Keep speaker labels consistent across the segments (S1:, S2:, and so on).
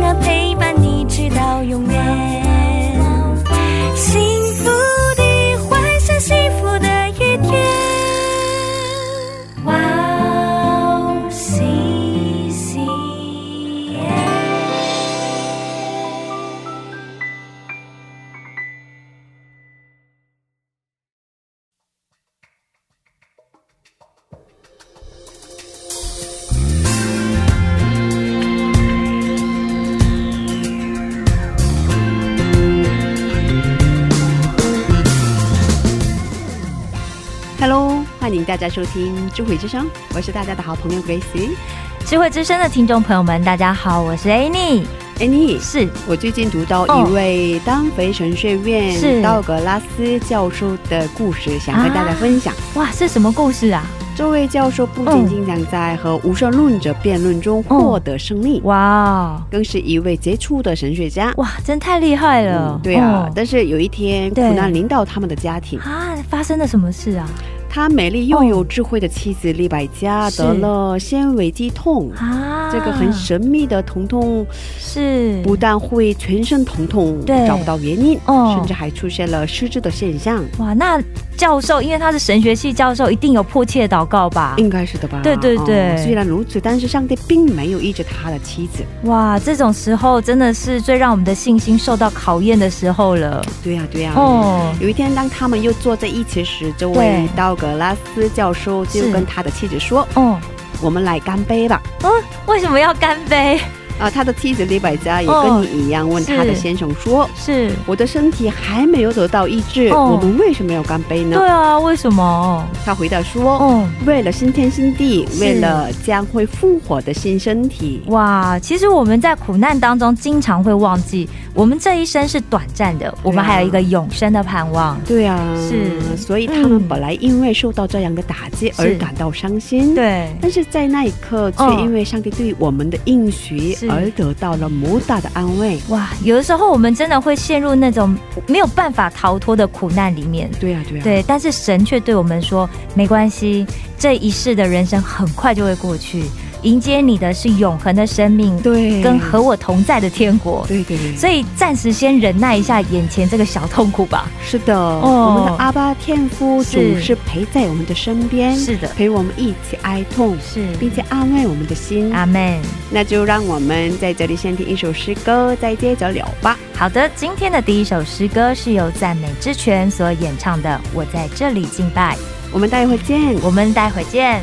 S1: 远陪伴你直到永远。幸福的幻想，幸福的一天。哇哦，西西耶！
S2: Hello，欢迎大家收听智慧之声，我是大家的好朋友 Grace。
S3: 智慧之声的听众朋友们，大家好，我是 Annie，
S2: Annie，
S3: 是
S2: 我最近读到一位丹佛神学院
S3: 是
S2: 道格拉斯教授的故事，想和大家分享。
S3: 哇，是什么故事啊？
S2: 这位教授不仅仅想在和无神论者辩论中获得胜利，
S3: 嗯哇哦
S2: 更是一位杰出的神学家。
S3: 哇，真太厉害了！
S2: 嗯对啊，
S3: 哦
S2: 但是有一天苦
S3: 对
S2: 难临到他们的家庭，
S3: 啊，发生了什么事啊？
S2: 他美丽又有智慧的妻子利百加
S3: 哦是
S2: 得了纤维肌痛，
S3: 啊，
S2: 这个很神秘的疼痛
S3: 是
S2: 不但会全身疼痛，
S3: 对
S2: 找不到原因，
S3: 哦
S2: 甚至还出现了失智的现象，啊
S3: 哇，那教授因为他是神学系教授，一定有迫切的祷告吧？
S2: 应该是的吧？
S3: 啊对对对
S2: 哦虽然如此，但是上帝并没有医治他的妻子。
S3: 哇，这种时候真的是最让我们的信心受到考验的时候了。
S2: 对呀、对呀、
S3: 哦，
S2: 有一天，当他们又坐在一起时，这位
S3: 对
S2: 道格拉斯教授就是跟他的妻子说
S3: 哦，：“
S2: 我们来干杯吧。
S3: 为什么要干杯？”
S2: 啊，他的妻子李百家也跟
S3: 哦
S2: 你一样，问
S3: 是
S2: 他的先生说
S3: 是，：“
S2: 我的身体还没有得到医治，
S3: 哦
S2: 我们为什么要干杯呢
S3: 对啊，为什么？？”
S2: 他回答说：“
S3: 哦，
S2: 为了新天新地，
S3: 是
S2: 为了将会复活的新身体。
S3: 哇，其实我们在苦难当中经常会忘记，我们这一生是短暂的，我们还有一个永生的盼望。
S2: 对啊，
S3: 是
S2: 所以他们
S3: 嗯
S2: 本来因为受到这样的打击
S3: 是
S2: 而感到伤心，，
S3: 对，
S2: 但是在那一刻却
S3: 嗯
S2: 因为上帝对我们的应许
S3: 是
S2: 而得到了莫大的安慰。
S3: 哇，有的时候我们真的会陷入那种没有办法逃脱的苦难里面。
S2: 对啊，对啊，
S3: 对，但是神却对我们说：“没关系，这一世的人生很快就会过去，迎接你的是永恒的生命，
S2: 对，
S3: 跟和我同在的天国。
S2: 对对对，”
S3: 所以暂时先忍耐一下眼前这个小痛苦吧。
S2: 是的，
S3: 哦
S2: 我们的阿巴天父
S3: 是
S2: 总是陪在我们的身边，
S3: 是的，
S2: 陪我们一起哀痛，
S3: 是，
S2: 并且安慰我们的心。
S3: 阿门。
S2: 那就让我们在这里先听一首诗歌，再接着聊吧。
S3: 好的，今天的第一首诗歌是由赞美之泉所演唱的《我在这里敬拜》，
S2: 我们待会见。
S3: 我们待会见。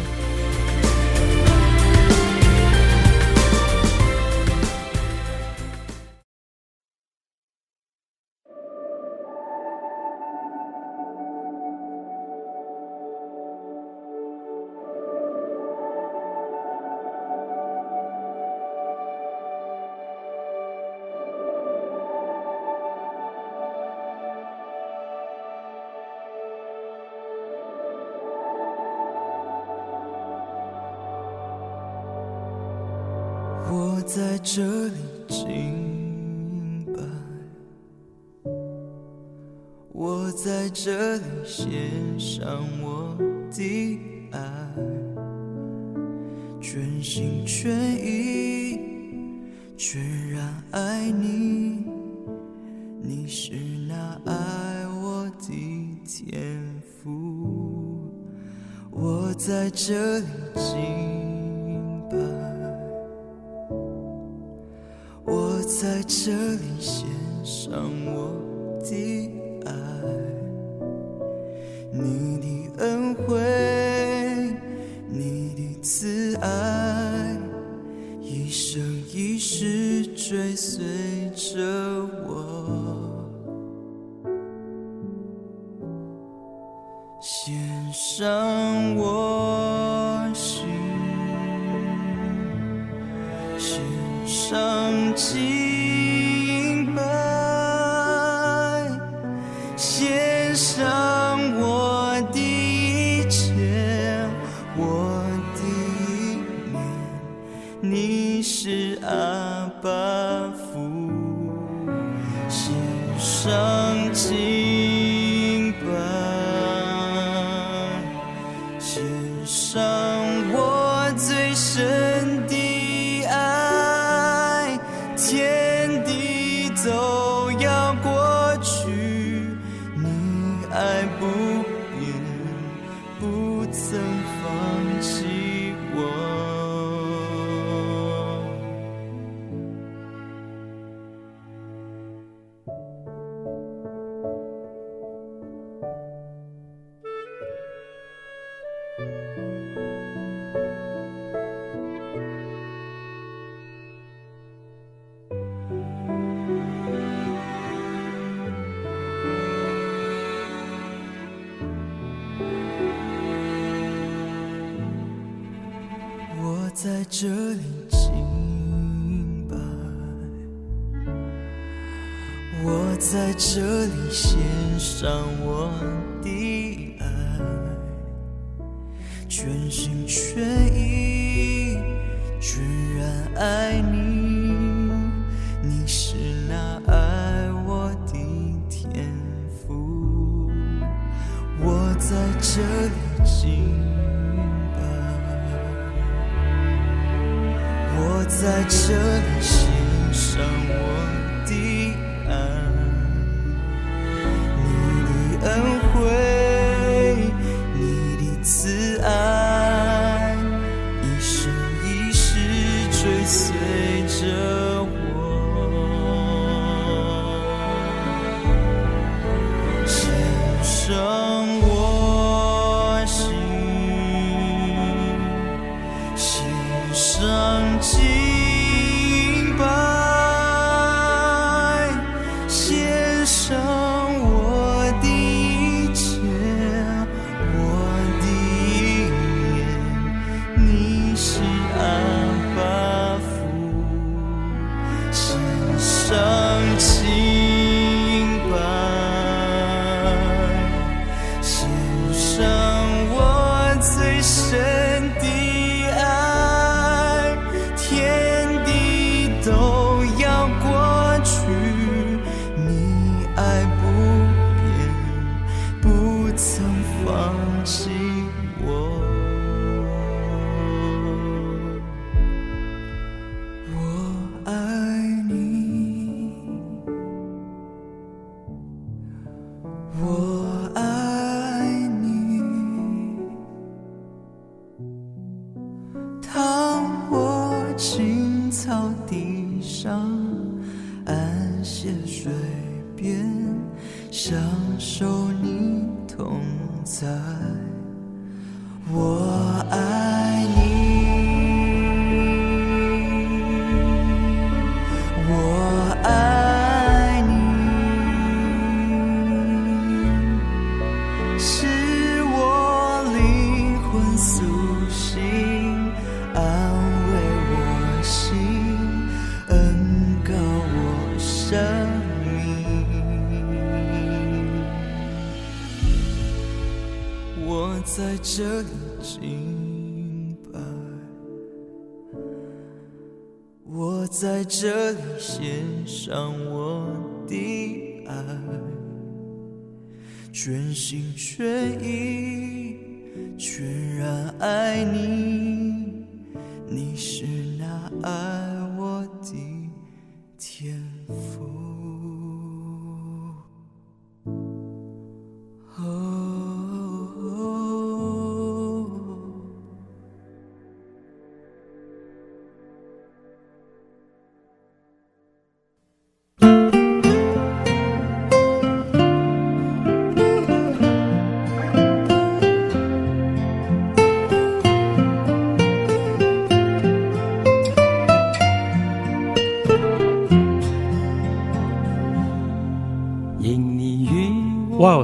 S4: 我在这里敬拜，我在这里献上我的爱，全心全意，全然爱你，你是那爱我的天赋，我在这里敬拜。我在这里献上我的爱，你的恩惠，你的慈爱，一生一世追随着我，献上我心。献上敬拜，献上我的一切，我的一念。你是曾放弃我。我在这里清白，我在这里献上我的爱，全心全意，全然爱你，你是那爱我的天赋，我在这里清白。我在这里献上我的爱，你的恩惠，你的慈爱，一生一世追随着我，献上我心。献上清白，献上我的一切，我的一念，你是阿爸父，献上清白。献上我最深的爱，天地都要过去，你爱不变，不曾放弃我。我爱你。我爱你。躺卧青草地上，安歇水边，享受你同在。我爱你，我爱你。是我灵魂苏醒，安慰我心，恩告我生命。我在这里敬拜，我在这里献上我的爱。全心全意，全然爱你，你是那爱我的天赋。哦
S5: 因你与我
S6: 哇、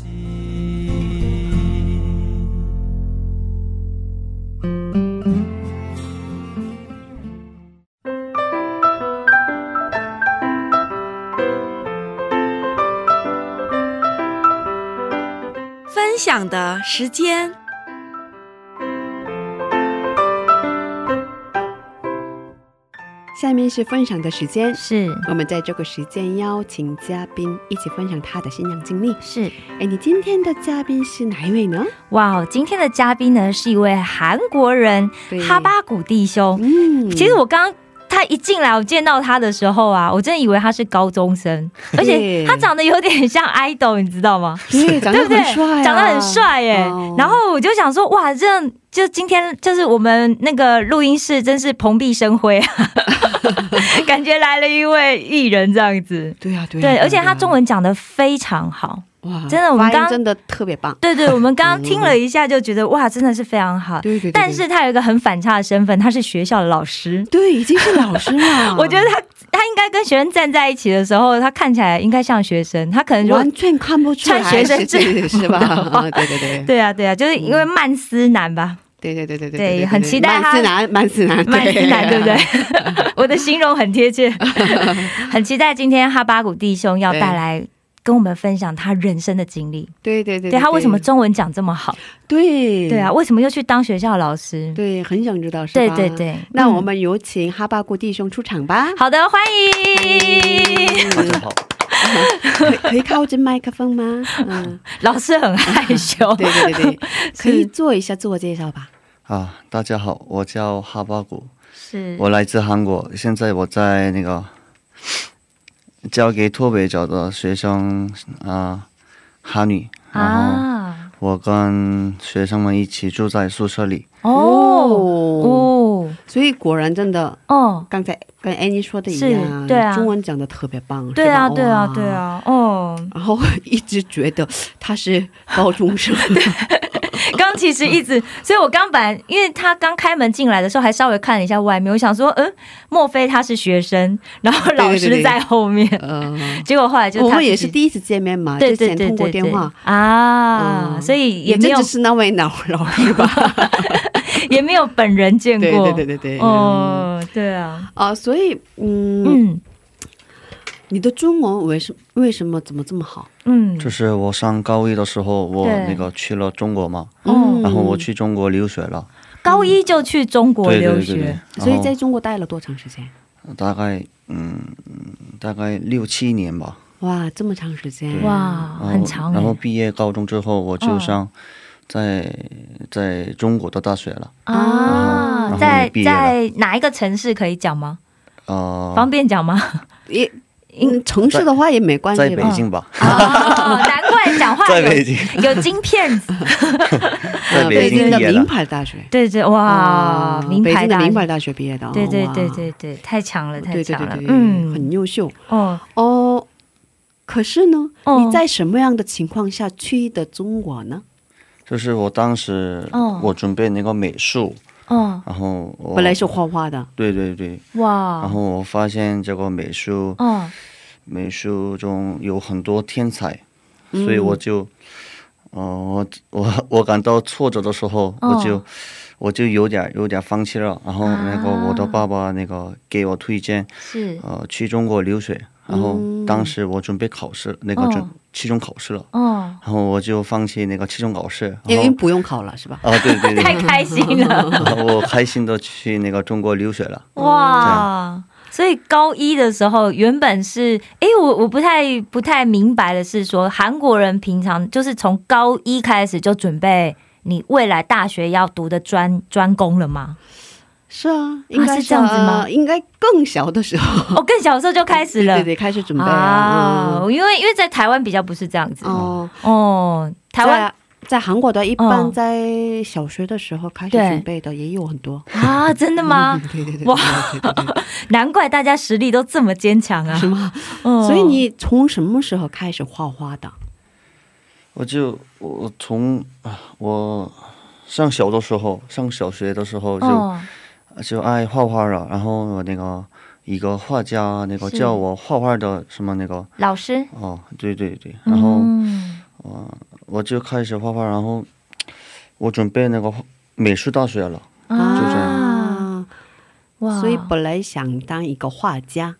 S7: 分享的时间。
S2: 下面是分享的时间，
S3: 是
S2: 我们在这个时间邀请嘉宾一起分享他的信仰经历。
S3: 是，
S2: 哎，你今天的嘉宾是哪一位呢？
S3: 哇哦，今天的嘉宾呢是一位韩国人
S2: 对
S3: 哈，巴谷弟兄。
S2: 嗯
S3: 其实我刚他一进来，我见到他的时候啊，我真的以为他是高中生，而且他长得有点像 idol，你知道吗？
S2: 对长
S3: 对
S2: 得
S3: 不对
S2: 很帅、啊，
S3: 长得很帅耶、
S2: 哦
S3: 然后我就想说，哇，这样就今天就是我们那个录音室真是蓬荜生辉啊， 感觉来了一位艺人这样子。
S2: 对啊，对啊，
S3: 对，而且
S2: 对啊
S3: 他中文讲的非常好。
S2: 哇，
S3: 真的我们
S2: 发音
S3: 刚
S2: 真的特别棒。
S3: 对对，我们刚刚听了一下，就觉得哇，真的是非常好。
S2: 哦对对对对
S3: 但是他有一个很反差的身份，他是学校的老师。。
S2: 对，已经是老师了
S3: 我觉得他他应该跟学生站在一起的时候，他看起来应该像学生，他可能就
S2: 完全看不出来，
S3: 穿学生制服
S2: 是是吧？
S3: 的话
S2: 啊对对对
S3: 对啊对啊，就是因为曼斯男吧，
S2: 对对对对对
S3: 对很期待他
S2: 满思南，满思 南，
S3: 曼斯男对不对？ 我的形容很贴切，很期待今天哈巴谷弟兄要带来。跟我们分享他人生的经历，
S2: 对对对
S3: 对他为什么中文讲这么好？
S2: 对
S3: 对啊，，为什么又去当学校老师？
S2: 对，很想知道是
S3: 对
S2: 吧？
S3: 对。对，
S2: 那
S3: 嗯
S2: 我们有请哈巴谷弟兄出场 吧。
S3: 好的，欢迎
S5: 大家好，
S2: 可以可以靠近麦克风吗？嗯，
S3: 老师，很害羞。
S2: 对对对 对，可以做一下自我介绍吧。
S8: 啊，大家好，我叫哈巴谷，
S3: 是
S8: 我来自韩国，现在我在那个教给脱北者的学生啊韩语，然后
S3: 啊，
S8: 我跟学生们一起住在宿舍里。
S3: 哦哦
S2: 所以果然真的，
S3: 哦，
S2: 刚才跟 Annie 说的一样，
S3: 是对啊
S2: 中文讲的特别棒，是吧
S3: 对啊对啊
S2: 哇
S3: 对啊，哦，
S2: 然后一直觉得他是高中 生，
S3: 刚其实一 直，所以我刚本来因为他刚开门进来的时候还稍微看了一下外面，我想说，嗯，莫非他是学生，然后老
S2: 对对
S3: 师
S2: 对
S3: 在后面，
S2: 呃，
S3: 结果后来就
S2: 我
S3: 他
S2: 们也
S3: 自
S2: 是
S3: 己
S2: 第一次见面嘛，
S3: 对
S2: 之
S3: 对
S2: 前
S3: 对
S2: 通过
S3: 对
S2: 电
S3: 对
S2: 话，
S3: 啊，
S2: 嗯
S3: 所以也
S2: 真
S3: 没有
S2: 只是那位老老师 吧？
S3: 也没有本人见
S2: 对
S3: 过，
S2: 对对对对，嗯
S3: 哦，对啊，
S2: 啊，所以嗯，
S3: 嗯
S2: 你的中文为什为什么怎么这么好？
S3: 嗯，
S8: 就是我上高一的时候，我
S3: 对
S8: 那个去了中国嘛，
S3: 哦
S2: 嗯，
S8: 然后我，去中国留学了，
S3: 高一就去中国
S8: 对对
S3: 留
S8: 对对对
S3: 学，，
S8: 然
S2: 所以
S8: 后
S2: 在中国待了多长时间？
S8: 大概嗯大概六七年吧，
S2: 哇，这么长时间，
S8: 对
S2: 哦
S3: 哇，
S2: 嗯
S8: 然后
S3: 很长
S8: 然后
S3: 哎
S8: 毕业高中之后，我就
S3: 嗯
S8: 上在、在中国的大学了。然
S3: 欸啊
S8: 后，
S3: 在
S8: 也毕业了
S3: 在哪一个城市可以讲吗？
S2: 哦
S8: 呃，
S3: 方便讲吗？
S2: 也嗯，城市的话也没关系
S8: 在北
S2: 吧？哎
S8: 京吧，
S3: 哦，难怪讲话
S8: 在
S3: 有
S8: 北京，
S3: 有金片子。
S8: 在
S2: 呃
S8: 北
S2: 京
S8: 毕
S2: 的
S8: 业
S2: 名
S8: 的。
S2: 牌大学，
S3: 对对，哇，
S2: 嗯
S3: 名
S2: 北
S3: 牌
S2: 京的
S3: 大
S2: 名牌大学毕业的，哦
S3: 对对
S2: 哇
S3: 对对对，太强了，太
S2: 对对
S3: 强了
S2: 对，对，
S3: 嗯，
S2: 很优秀
S3: 哦
S2: 哦。可是呢，
S3: 哦，
S2: 你在什么样的情况下去的中国呢？
S8: 就是我当时
S3: 哦
S8: 我准备那个美术，
S3: 哦
S8: 然后我
S2: 嗯本来是嗯画画的，
S8: 对对对，然
S3: 哇
S8: 后我发现这个美术
S3: 哦
S8: 美术中有很多天才，
S2: 嗯
S8: 所以我就。哦，我我我感到挫折的时候，
S3: 哦
S8: 我就我就有点有点放弃了。然后那个
S3: 啊
S8: 我的爸爸那个给我推荐，
S3: 是
S8: 呃，去中国留学。然后
S2: 嗯
S8: 当时我准备考试，那个准
S3: 哦
S8: 期中考试了，
S3: 哦，
S8: 然后我就放弃那个期中考试，
S2: 因
S8: 然
S2: 为
S8: 后
S2: 不用考了，是吧？
S8: 啊，对 对对，
S3: 太开心了，
S8: 然后我开心的去那个中国留学了。
S3: 哇。所以高一的时候，原本是，诶，我我不太不太明白的是说，韩国人平常就是从高一开始就准备你未来大学要读的专专攻了吗？
S2: 是啊，应该
S3: 是这样子吗
S2: 呃应该更小的时候，
S3: 哦，更小的时候就 开始了，
S2: 对对，开始准备啊。嗯
S3: 因为因为在台湾比较不是这样子
S2: 哦，
S3: 哦，台湾
S2: 在在韩国的，一般
S3: 嗯
S2: 在小学的时候开始
S3: 对
S2: 准备的也有很 多。
S3: 啊，真的吗？
S2: 对对对，
S3: 哇
S2: 对对对对
S3: 难怪大家实力都这么坚强啊！
S2: 是吗？
S3: 嗯
S2: 所以你从什么时候开始画画的？
S8: 我就我从啊，我上小的时候，上小学的时候就、
S3: 哦，
S8: 就爱画画了，然后我那个一个画家那个
S3: 是
S8: 教我画画的什么那个
S3: 老师，
S8: 哦，对对对，然后、
S3: 嗯
S8: 我就开始画画，然后我准备那个画美术大学了，就这
S3: 啊，嗯哇，
S2: 所以本来想当一个画家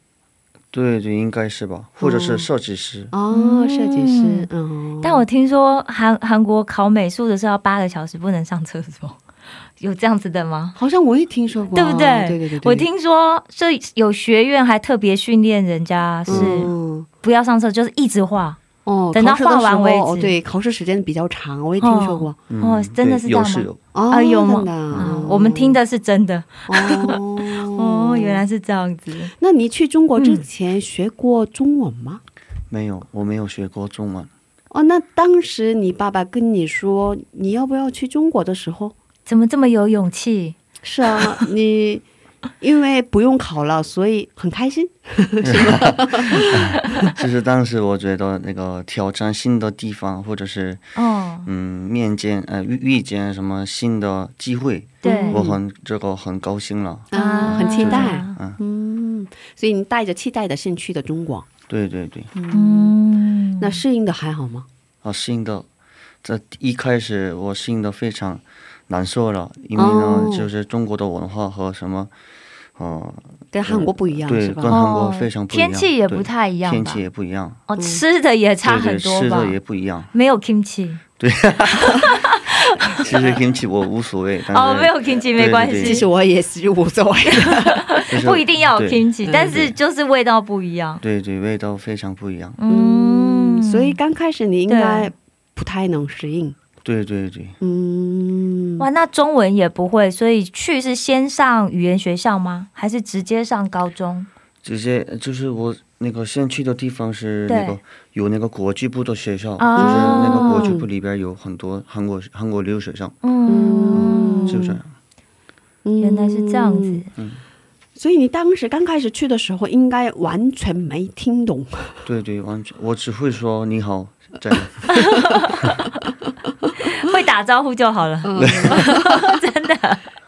S8: 对对，应该是吧，或者
S2: 哦
S8: 是设计师，
S2: 哦，设计师，嗯，
S3: 但我听说韩韩国考美术的是要八个小时不能上厕所， 有这样子的吗？
S2: 好像我也听说过，啊
S3: 对不对？
S2: 对对对对，
S3: 我听说这有学院还特别训练人家是
S2: 嗯
S3: 不要上厕，就是一直画。
S2: 哦，
S3: 等到
S2: 考试的
S3: 画完
S2: 时候
S3: 为止
S2: 哦对，考试时间比较长，我也听说过。
S8: 嗯，
S3: 哦真的
S8: 对
S3: 是这
S8: 有
S3: 样吗
S8: 是有，
S2: 哦，
S3: 啊有吗
S2: 真的
S3: 啊，我们听的是真的
S2: 哦
S3: 哦，嗯原。来是这样子。
S2: 那你去中国之前学过中文吗？
S8: 没有，我没有学过中文，
S2: 哦，那当时你爸爸跟你说你要不要去中国的时候，
S3: 怎么这么有勇气？
S2: 是啊， 你因为不用考了，所以很开心。
S8: 就是当时我觉得那个挑战新的地方，或者是
S3: 哦，
S8: 嗯面见呃遇遇见什么新的机会，
S3: 对
S8: 我很这个很高兴了，
S2: 啊，很期待，
S8: 嗯，
S2: 嗯，所以你带着期待的心去的中国，
S8: 对对对，
S3: 嗯，
S2: 那适应的还好吗？
S8: 啊，适应的，这一开始我适应的非常难受了，因为呢，
S2: 哦
S8: 就是中国的文化和什么，哦、
S2: 跟韩国不一样
S8: 对，
S2: 是
S8: 跟
S2: 吧？
S8: 韩国非常不一样，
S3: 哦天气也
S8: 对
S3: 不太一样
S8: 天
S3: 吧
S8: 气也不一样，
S3: 哦，吃的也差
S8: 对
S3: 很
S8: 对，
S3: 多
S8: 吃
S3: 吧
S8: 的？也不一样。
S3: 没有 kimchi
S8: 其实 kimchi 我无所 谓，但是
S3: 哦，没有 kimchi
S8: 对
S3: 没关
S8: 对
S3: 系，
S8: 对
S2: 其实我也是无所谓。
S8: 就是
S3: 不一定要有
S8: 对
S3: kimchi，但是就是味道不一样。
S8: 对对，味道非常不一样。
S3: 嗯，
S2: 所以刚开始你应该不太能适应。
S8: 对对对，
S2: 嗯，
S3: 哇，那中文也不会，所以去是先上语言学校吗？还是直接上高中？
S8: 直接就是我那个先去的地方是那个
S3: 对
S8: 有那个国际部的学校，
S3: 啊
S8: 就是那个国际部里边有很多韩国韩国留学生，
S3: 嗯，
S8: 是不是？
S3: 原来是这样子。
S2: 嗯所以你当时刚开始去的时候，应该完全没听懂。
S8: 对对，完全，我只会说你好，这样。
S3: 会打招呼就好了。
S2: 嗯哦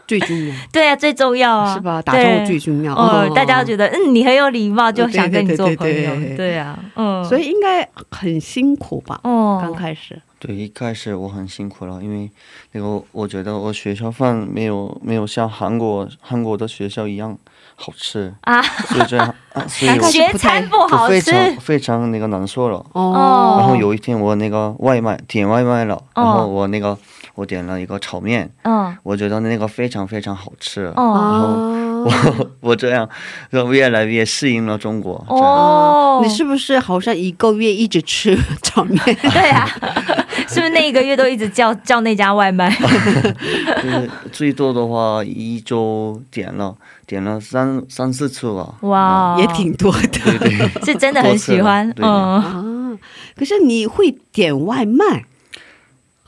S2: 最重要
S3: 对啊，最重要啊，
S2: 是吧？打招呼
S3: 对
S2: 最重要。
S3: 哦，大家觉
S2: 得，
S3: 得嗯，你很有礼貌，就想跟你做朋
S2: 对对
S3: 友
S2: 对对。对
S3: 对啊，嗯，
S2: 所以应该很辛苦吧？
S3: 哦，
S2: 刚开始，
S8: 对，一开始我很辛苦了，因为那个我觉得我学校饭没有没有像韩国韩国的学校一样好吃，
S3: 啊，
S8: 所以这样，啊、所以我
S3: 学餐不
S8: 就
S3: 好
S8: 非
S3: 吃
S8: 常非常那个难受了。
S3: 哦
S8: 然后有一天我那个外卖点外卖了，然
S3: 哦
S8: 后我那个我点了一个炒面，
S3: 嗯
S8: 我觉得那个非常非常好吃，
S3: 哦
S8: 然后
S2: 哦
S8: 我我这样就越来越适应了中国。这样
S3: 哦，
S2: 你是不是好像一个月一直吃 炒面？
S3: 对啊， 是不是那一个月都一直叫叫那家外卖？
S8: 就是最多的话一周点了点了三三四次吧。
S3: 哇，
S2: 也挺多的
S8: 对对，
S3: 是真的很喜欢
S8: 多，吃了
S3: 嗯，
S2: 啊。可是你会点外卖，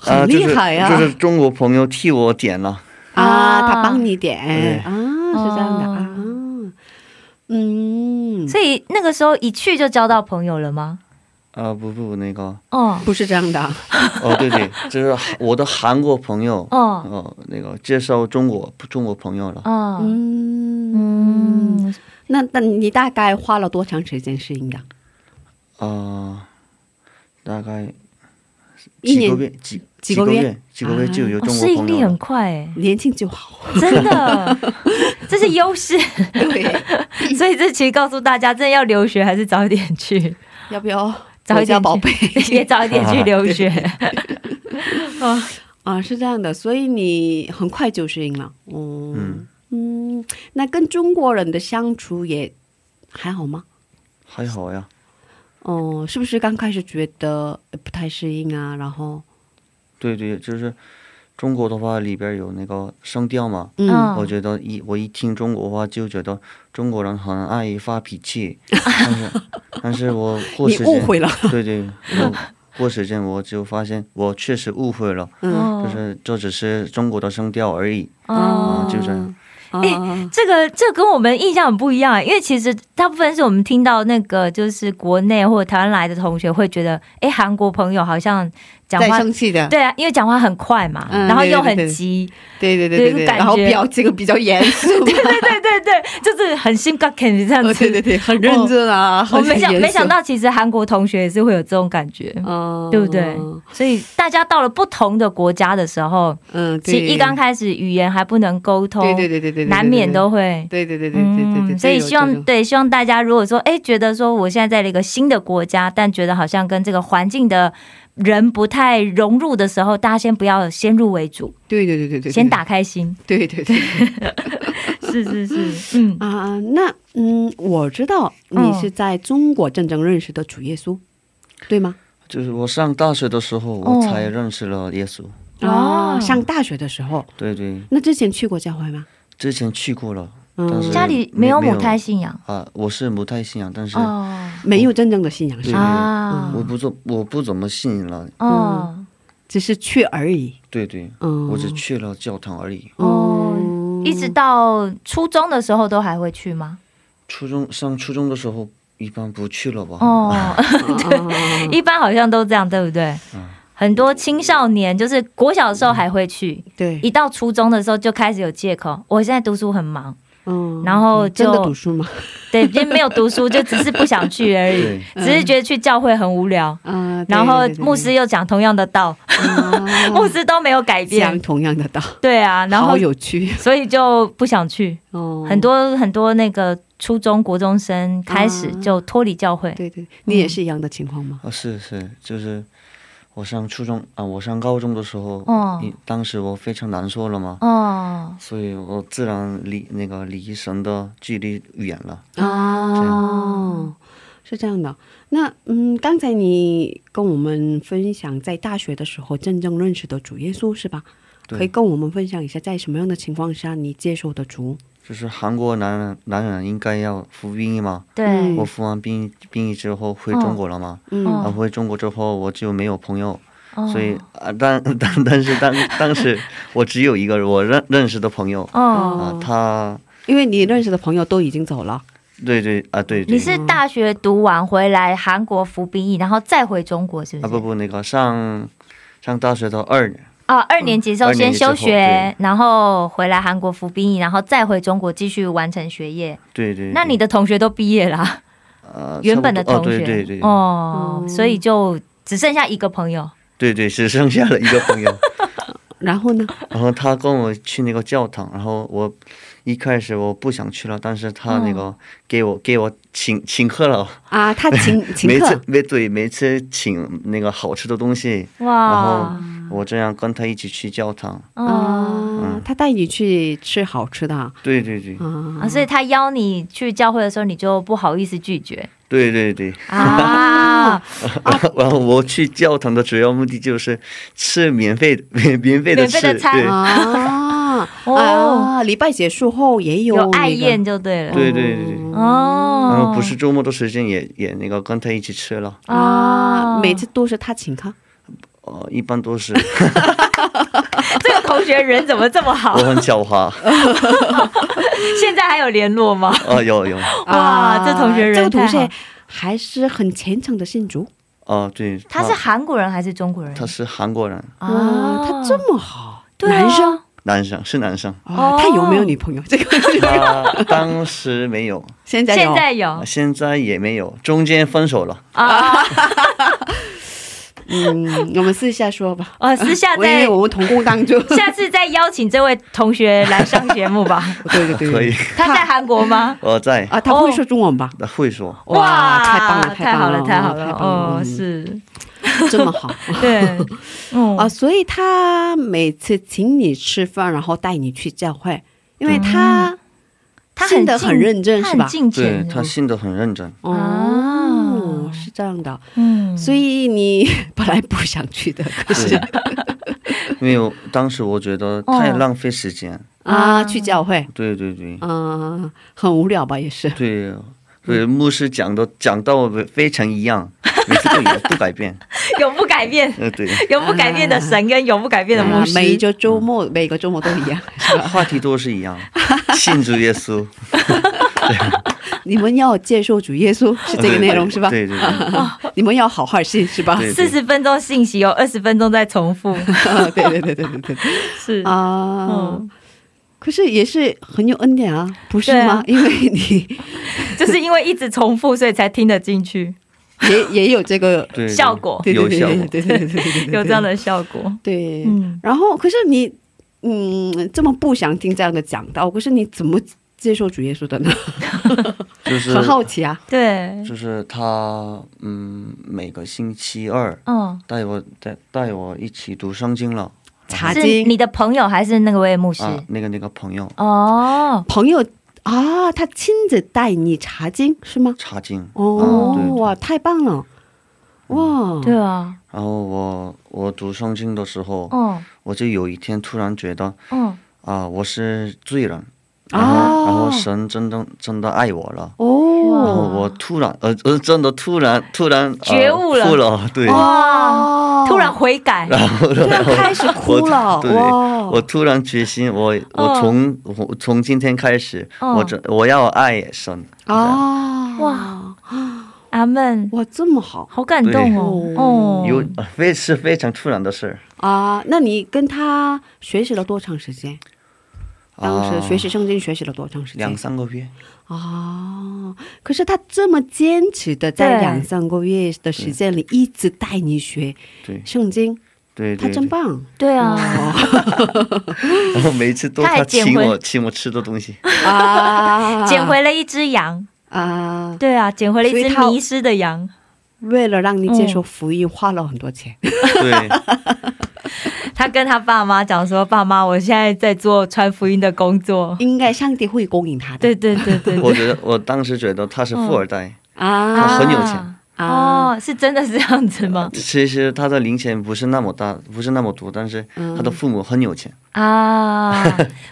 S8: 啊
S2: 很厉害啊呀、
S8: 就是！就是中国朋友替我点了，
S2: 啊，他
S3: 啊
S2: 帮你点
S8: 对
S2: 啊，是这样的
S3: 哦
S2: 啊，嗯，
S3: 所以那个时候一去就交到朋友了吗？
S8: 啊不不那个，
S3: 哦
S2: 不是这样的，
S8: 哦对 对，就是我的韩国朋友，
S3: 哦
S8: 哦那个介绍中国中国朋友了，
S3: 哦，
S2: 嗯，
S3: 嗯，
S2: 那那你大概花了多长时间适应的？
S8: 啊大概
S2: 一
S8: 几个
S2: 年
S8: 月几
S2: 几
S8: 个
S2: 个月
S8: 月几个月就有
S3: 哦
S8: 中
S3: 适
S8: 国
S3: 应
S8: 朋
S3: 力
S8: 友
S3: 很
S8: 了，
S3: 快哎，
S2: 年轻就好，
S3: 真的，这是优势。
S2: 对，
S3: 所以这其实告诉大家，真的要留学还是早一点去，
S2: 要不要
S3: 早
S2: 国
S3: 一点
S2: 家
S3: 去
S2: 宝贝
S3: 也 早一点去留学。 哦，
S2: 啊？是这样的，所以你很快就适应了，嗯
S8: 嗯
S2: 嗯，那跟中国人的相处也还好吗？
S8: 还好呀，
S2: 哦、是不是刚开始觉得呃不太适应啊？然后，
S8: 对对，就是中国的话里边有那个声调嘛，
S2: 嗯，
S3: 嗯
S8: 我觉得一我一听中国话就觉得中国人很爱发脾 气，但是但是我过
S2: 你
S8: 时
S2: 误
S8: 间，
S2: 会了，
S8: 对对， 我过时间我就发现我确实误会了，
S2: 嗯
S8: 就是这只是中国的声调而已，
S3: 哦
S8: 就这样。
S2: 啊
S3: 哎这个这跟我们印象很不一样啊，因为其实大部分是我们听到那个就是国内或者台湾来的同学会觉得，哎，韩国朋友好像讲
S2: 在
S3: 话
S2: 生气的，
S3: 对啊，因为讲话很快嘛，
S2: 嗯
S3: 然后
S2: 对
S3: 又
S2: 对
S3: 很
S2: 对
S3: 急，
S2: 对对对
S3: 有
S2: 对
S3: 一个
S2: 对，
S3: 感
S2: 然后
S3: 觉
S2: 表情比较严 肃，
S3: 对对对对，就是很心甘情愿这样
S2: 哦对
S3: 子
S2: 对。对，很认真啊，
S3: 哦我
S2: 很
S3: 没想
S2: 严肃
S3: 没想，到，其实韩国同学也是会有这种感觉，
S2: 嗯
S3: 对不对？所以大家到了不同的国家的时候，
S2: 嗯，
S3: 其实一刚
S2: 开
S3: 开始语言还不能沟通，
S2: 对对对对对对，
S3: 难免都会。
S2: 对对对对对对对，
S3: 嗯所以希
S2: 有
S3: 望
S2: 这种
S3: 对希望大家，如果说哎觉得说我现在在了一个新的国家，但觉得好像跟这个环境的人不太融入的时候，大家先不要先入为主，
S2: 对对对对对，
S3: 先打开心。
S2: 对，对对对 对
S3: 是是 是，嗯，
S2: 啊啊，那嗯，我知道你是在中国真正认识的主耶稣，对吗？
S8: 就是我上大学的时候，我
S2: 嗯
S3: 哦
S8: 才认识了耶稣。
S3: 哦
S2: 啊上大学的时候，
S8: 对对，
S2: 那之前去过教会吗？
S8: 之前去过了但
S2: 嗯
S8: 是，
S3: 家里没有母胎信仰
S8: 啊，我是母胎信仰，但是
S3: 哦
S2: 没有嗯真正的信仰是
S8: 对
S2: 吧，
S3: 啊
S8: 我不做，我不怎么信了。
S2: 嗯
S3: 哦
S2: 只是去而已。
S8: 对对，
S2: 嗯，
S8: 我只去了教堂而已。
S3: 哦，一直到初中的时候都还会去吗？
S8: 初中上初中的时候，一般不去了
S2: 嗯
S8: 吧？
S3: 哦，
S2: 对，
S3: 一般好像都这样，对不对？
S2: 嗯
S3: 很多青少年就是国小的时候还会去，一
S2: 对，
S3: 到初中的时候就开始有借口，我现在读书很忙，
S2: 嗯
S3: 然后
S2: 嗯真的
S3: 就
S2: 读书 吗？
S3: 对，因为没有读书，就只是不想去而已，
S8: 对，
S3: 只是觉得去教会很无聊。
S2: 啊，对
S3: 呃然后
S2: 嗯对对对
S3: 牧师又讲同样的道，
S2: 啊
S3: 牧师都没有 改
S2: 讲
S3: 变，
S2: 同样的道，
S3: 对啊，然后
S2: 好有趣
S3: 所以就不想去。
S2: 哦，
S3: 很多很多那个初中国中生开始
S2: 啊
S3: 就脱离教会，
S2: 对对，你也是一样的情况吗？
S8: 啊是是，就是我上初中啊，我上高中的时候，
S3: 哦
S8: 你当时我非常难受了嘛，
S3: 哦
S8: 所以我自然离那个离神的距离远了。啊
S2: 哦，是这样的。那嗯，刚才你跟我们分享在大学的时候真正认识的主耶稣是吧？可以
S8: 对，
S2: 跟我们分享一下，在什么样的情况下你接受的主？
S8: 就是韩国男人男人应该要服兵役嘛，
S3: 对
S2: 嗯
S8: 我服完兵役兵役之后回
S3: 哦
S8: 中国了嘛，
S2: 嗯
S8: 啊
S3: 哦
S8: 回中国之后我就没有朋友，
S3: 哦
S8: 所以啊但 但但是当当时我只有一个我认认识的朋友
S3: 哦，
S8: 啊
S2: 哦，
S8: 他
S2: 因为你认识的朋友都已经走了，
S8: 对对啊对对
S3: 你是大学读完回来韩国服兵役，然后再回中国，是不
S8: 啊
S3: 是？
S8: 不不那个上上大学的二年
S3: 哦，二年级的时候
S8: 嗯
S3: 先休
S8: 二
S3: 学
S8: 年，
S3: 然后回来韩国服兵役，然后再回中国继续完成学业。
S8: 对对，
S3: 那你
S8: 的
S3: 的同学都毕业啦，
S8: 呃
S3: 原本的
S8: 差不
S3: 同
S8: 多
S3: 学
S8: 哦对对对
S3: 哦
S2: 嗯
S3: 所以就只剩下一个朋友。
S8: 对对只剩下了一个朋友，
S2: 然后呢？
S8: 然后他跟我去那个教堂，然后我一开始我不想去了，但是他那
S3: 哦
S8: 个给我、给我请请客了，
S2: 啊，他请请
S8: 每
S2: 客
S8: 次，每对每次请那个好吃的东西，
S3: 哇，
S8: 我这样跟他一起去教堂，
S3: 哦
S2: 啊，他带你去吃好吃的啊，
S8: 对对对，
S3: 啊，所以他邀你去教会的时候，你就不好意思拒 绝
S8: 对对对，
S3: 啊。
S8: 然后我去教堂的主要目的就是吃免费 免免费的
S3: 免费
S8: 吃，
S3: 的餐
S8: 对
S2: 啊
S3: 哦
S2: 啊，礼拜结束后也有
S3: 有爱
S2: 那个
S3: 宴就对了。
S8: 对对对，
S3: 哦，
S8: 然后不是周末的时间也也那个跟他一起吃了，
S2: 啊，
S3: 哦
S2: 每次都是他请客。
S8: 呃，一般都 是
S3: 这个同学人怎么这么 好
S8: 我？很狡猾，
S3: 现在还有联络吗？
S8: 啊有有，
S3: 哇这同学人
S2: 啊这个同
S3: 太
S2: 学
S3: 好
S2: 还是很虔诚的信主
S8: 哦对，
S3: 他是韩国人还是中国人？
S8: 他是韩国人，
S2: 啊，他这么好，
S3: 对啊
S2: 男生，
S8: 男生是男生
S2: 啊，
S3: 哦
S2: 他有没有女朋友？ 这个
S3: 哎
S8: 他当时没有，
S2: 现在有
S3: 现在有
S8: 现在也没有，中间分手了，
S3: 啊，
S2: 嗯，我们私下说吧。
S3: 哦，私下
S2: 我以为
S3: 再
S2: 我们同工当中，
S3: 下次再邀请这位同学来上节目吧。
S2: 哦对对对，
S8: 可以，
S3: 他在韩国吗？
S8: 我在
S2: 啊，他不会说中文吧？
S8: 会说，
S2: 哇，太棒了，
S3: 哦太
S2: 棒
S3: 好了，太好了！
S2: 太棒了
S3: 哦，
S2: 嗯
S3: 是，
S2: 这么 好
S3: 对，嗯
S2: 啊，所以他每次请你吃饭，然后带你去教会，因为他
S3: 嗯他
S2: 信
S3: 很
S2: 得
S3: 敬
S2: 很认真，
S3: 他
S2: 是
S3: 很
S2: 吧？
S3: 敬
S8: 对
S3: 虔，
S8: 他信得很认真，
S2: 哦，
S3: 啊
S2: 是这样的，
S3: 嗯，
S2: 所以你本来不想去的，可是啊
S8: 对，因为我当时我觉得
S3: 哦
S8: 太浪费时间，
S2: 啊，去教会，
S8: 对对对
S2: 啊、很无聊吧，也是，
S8: 对，所以牧师讲的讲到非常 一样，每次都一样，不改变。
S3: 永不改变，
S8: 呃，对，
S3: 永不改变的神跟永不改变的
S2: 啊
S3: 牧师，嗯
S2: 每周周末每个周末都一样。
S8: 话题都是一样，信主耶稣
S2: 你们要接受主耶稣是这个内容是吧？啊
S8: 对对对，
S2: 你们要好好信是吧？
S8: 对
S3: 四十分钟信息有二十分钟在重 复，
S2: 对对 对对对对
S3: 是
S2: 啊、
S3: 嗯
S2: 可是也是很有恩典啊，不是
S3: 对啊
S2: 吗？因为你
S3: 就是因为一直重复，所以才听得进去，
S2: 也也有这个
S8: 对对
S3: 效果
S2: 对对
S8: 有
S2: 对
S8: 效果
S2: 对。对对对对对对
S3: 有这样的效果。
S2: 对。
S3: 嗯，
S2: 然后，可是你嗯这么不想听这样的讲道，可是你怎么接受主耶稣的呢？
S8: 就是
S2: 很好奇啊。
S3: 对，
S8: 就是他，嗯，每个星期二
S3: 嗯，
S8: 带我带带我一起读圣经了
S2: 查
S3: 是
S2: 经
S3: 你的朋友还是那位牧师？
S8: 啊，那个那个朋友
S3: 哦，
S2: 朋友啊，他亲自带你查经是吗？
S8: 查经，
S2: 哦，
S8: 啊对对
S2: 哇，太棒了！哇，
S3: 嗯对啊，
S8: 然后我我读圣经的时候，
S2: 哦
S3: 嗯
S8: 我就有一天突然觉得
S3: 嗯，
S8: 啊，我是罪人，然后、
S2: 啊
S8: 然后神真的真的爱我了。然后
S2: 哦，
S8: 我突然，呃，呃，真的突然，突然、呃
S3: 觉悟了
S8: 悟了，对，
S3: 哇，
S2: 哦
S3: 突然悔改，
S2: 突然开始哭了，
S8: 我对
S2: 哇，嗯
S8: 我突然决心，我我从我从今天开始，
S3: 嗯
S8: 我这我要爱神啊，
S2: 啊，
S3: 哇，阿门，
S2: 哇，这么好
S3: 好感动哦，
S2: 嗯
S8: 有
S3: 哦，
S8: 呃非是非常突然的事儿。
S2: 啊！那你跟他学习了多长时间？当时学习
S8: 啊、
S2: 圣经学习了多长时间
S8: 两？三个月，
S2: 啊！可是他这么坚持的，在
S3: 对
S2: 两三个月的时间里，一直带你学
S8: 对
S2: 圣经，
S8: 嗯对
S2: 他
S8: 对
S2: 真
S8: 对，
S2: 棒
S3: 对啊，
S8: 然后每次都
S3: 他还
S8: 他
S3: 捡
S8: 请
S3: 回
S8: 我请我吃的 东西，
S2: 啊！
S3: 捡回了一只羊，
S2: 啊！
S3: 对啊，捡回了一
S2: 所以
S3: 只
S2: 他
S3: 迷失的羊，
S2: 为了让你接
S3: 嗯
S2: 受福音，花了很多钱。
S8: 对，
S3: 他跟他爸妈讲说：“爸妈，我现在在做传福音的工作。
S2: 应该上帝会供应他”的。
S3: 对对对对
S8: 我
S3: 对，
S8: 觉得我当时觉得他是
S2: 嗯
S8: 富二代，
S2: 啊，
S8: 他很有钱
S3: 啊
S2: 啊
S3: 哦，是真的是这样子吗？
S8: 其实他的零钱不是那么大，不是那么多，但是
S3: 嗯
S8: 他的父母很有钱，
S3: 啊，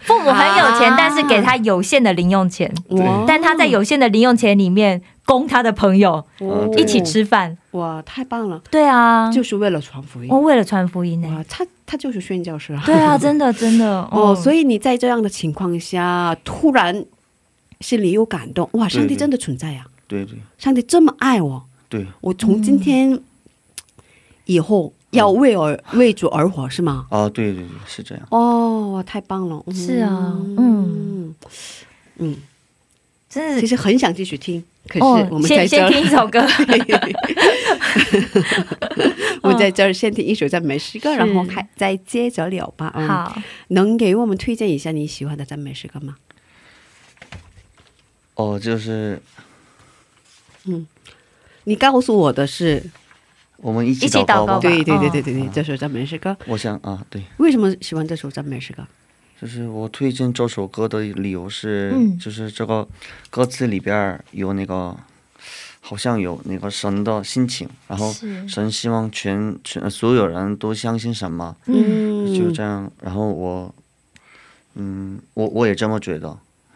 S3: 父母很有钱，但是给他有限的零用钱，
S2: 哇！
S8: 啊
S3: 但他在有限的零用钱里面供他的朋友
S2: 哦
S8: 对
S3: 一起吃饭。
S2: 哇，太棒了！
S3: 对啊，
S2: 就是为了传福音
S3: 我为了传福音呢。
S2: 哇，他他就是宣教师啊。
S3: 哦对啊，真的真的
S2: 哦，所
S3: 以
S2: 以你在这样的情况下，突然心里有感动，哇，
S8: 对
S2: 上帝
S8: 对
S2: 真的存在呀、
S8: 对对
S2: 上帝这么爱我，
S8: 对
S2: 我从今天
S3: 嗯
S2: 以后要为我、为主而活，是吗？
S8: 啊，对对对，是这样。
S2: 哦，哇太棒了！嗯
S3: 是啊嗯
S2: 嗯，
S3: 真
S2: 其
S3: 是
S2: 实很想继续听，可是
S3: 哦
S2: 我，们在这
S3: 先先
S2: 儿，
S3: 听一首歌。
S2: 我们在这儿先听一首赞美诗歌，
S3: 是
S2: 然后还再接着聊吧。 嗯，
S3: 好，
S2: 能给我们推荐一下你喜欢的赞美诗歌吗？
S8: 哦，就是
S2: 你告诉我的是，
S8: 我们一起
S3: 一起
S8: 祷
S3: 祷
S8: 告
S3: 告
S8: 吧。
S3: 吧
S2: 对对
S3: 哦
S2: 对对对对，这首赞美诗歌。
S8: 我想啊，对，
S2: 为什么喜欢这首赞美诗歌？
S8: 就是我推荐这首歌的理由是，
S3: 嗯
S8: 就是这个歌词里边儿有那个，好像有那个神的心情，然后
S3: 是
S8: 神希望全全呃所有人都相信神嘛，
S3: 嗯，
S8: 就这样。然后我，嗯，我我也这么觉得，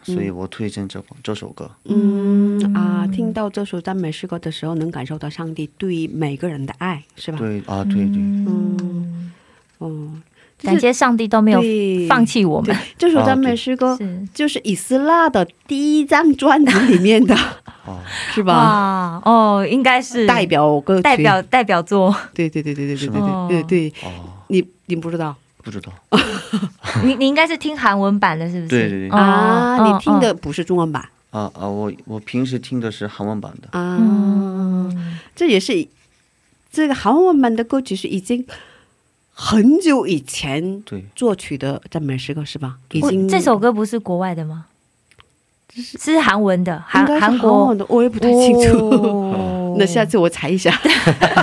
S8: 所
S3: 嗯
S8: 以我推荐这个、这首歌。
S2: 嗯啊，听到这首赞美诗歌的时候，能感受到上帝对每个人的爱，是吧？
S8: 对啊，对对，
S2: 嗯，嗯，
S3: 感谢上帝都没有
S2: 对
S3: 放弃我们。
S2: 这
S8: 啊
S2: 首赞美诗歌
S3: 是
S2: 就是以斯拉的第一张专辑里面的，
S8: 啊，
S2: 是吧？
S3: 哇哦，应该是
S2: 代表歌曲，
S3: 代表代表作。
S2: 对对对对对对
S8: 是
S2: 对
S3: 吗
S2: 对对对，
S8: 哦，
S2: 你你不知道
S8: 不知道，
S3: 你你应该是听韩文版的，是不是？
S8: 对对对
S3: 哦
S2: 啊？
S3: 哦
S2: 你听的不是中文版
S8: 啊啊，我我平时听的是韩文版的，
S2: 啊？
S3: 嗯
S2: 这也是这个韩文版的歌曲是已经很久以前
S8: 对，
S2: 作曲的赞美诗歌是吧？已
S3: 我
S2: 经
S3: 这首歌不是国外的吗？是韩文的，
S2: 应
S3: 韩
S2: 该是
S3: 韩
S2: 韩
S3: 国
S2: 文。的，我也不太清楚。
S3: 哦
S2: 那下次我查一下，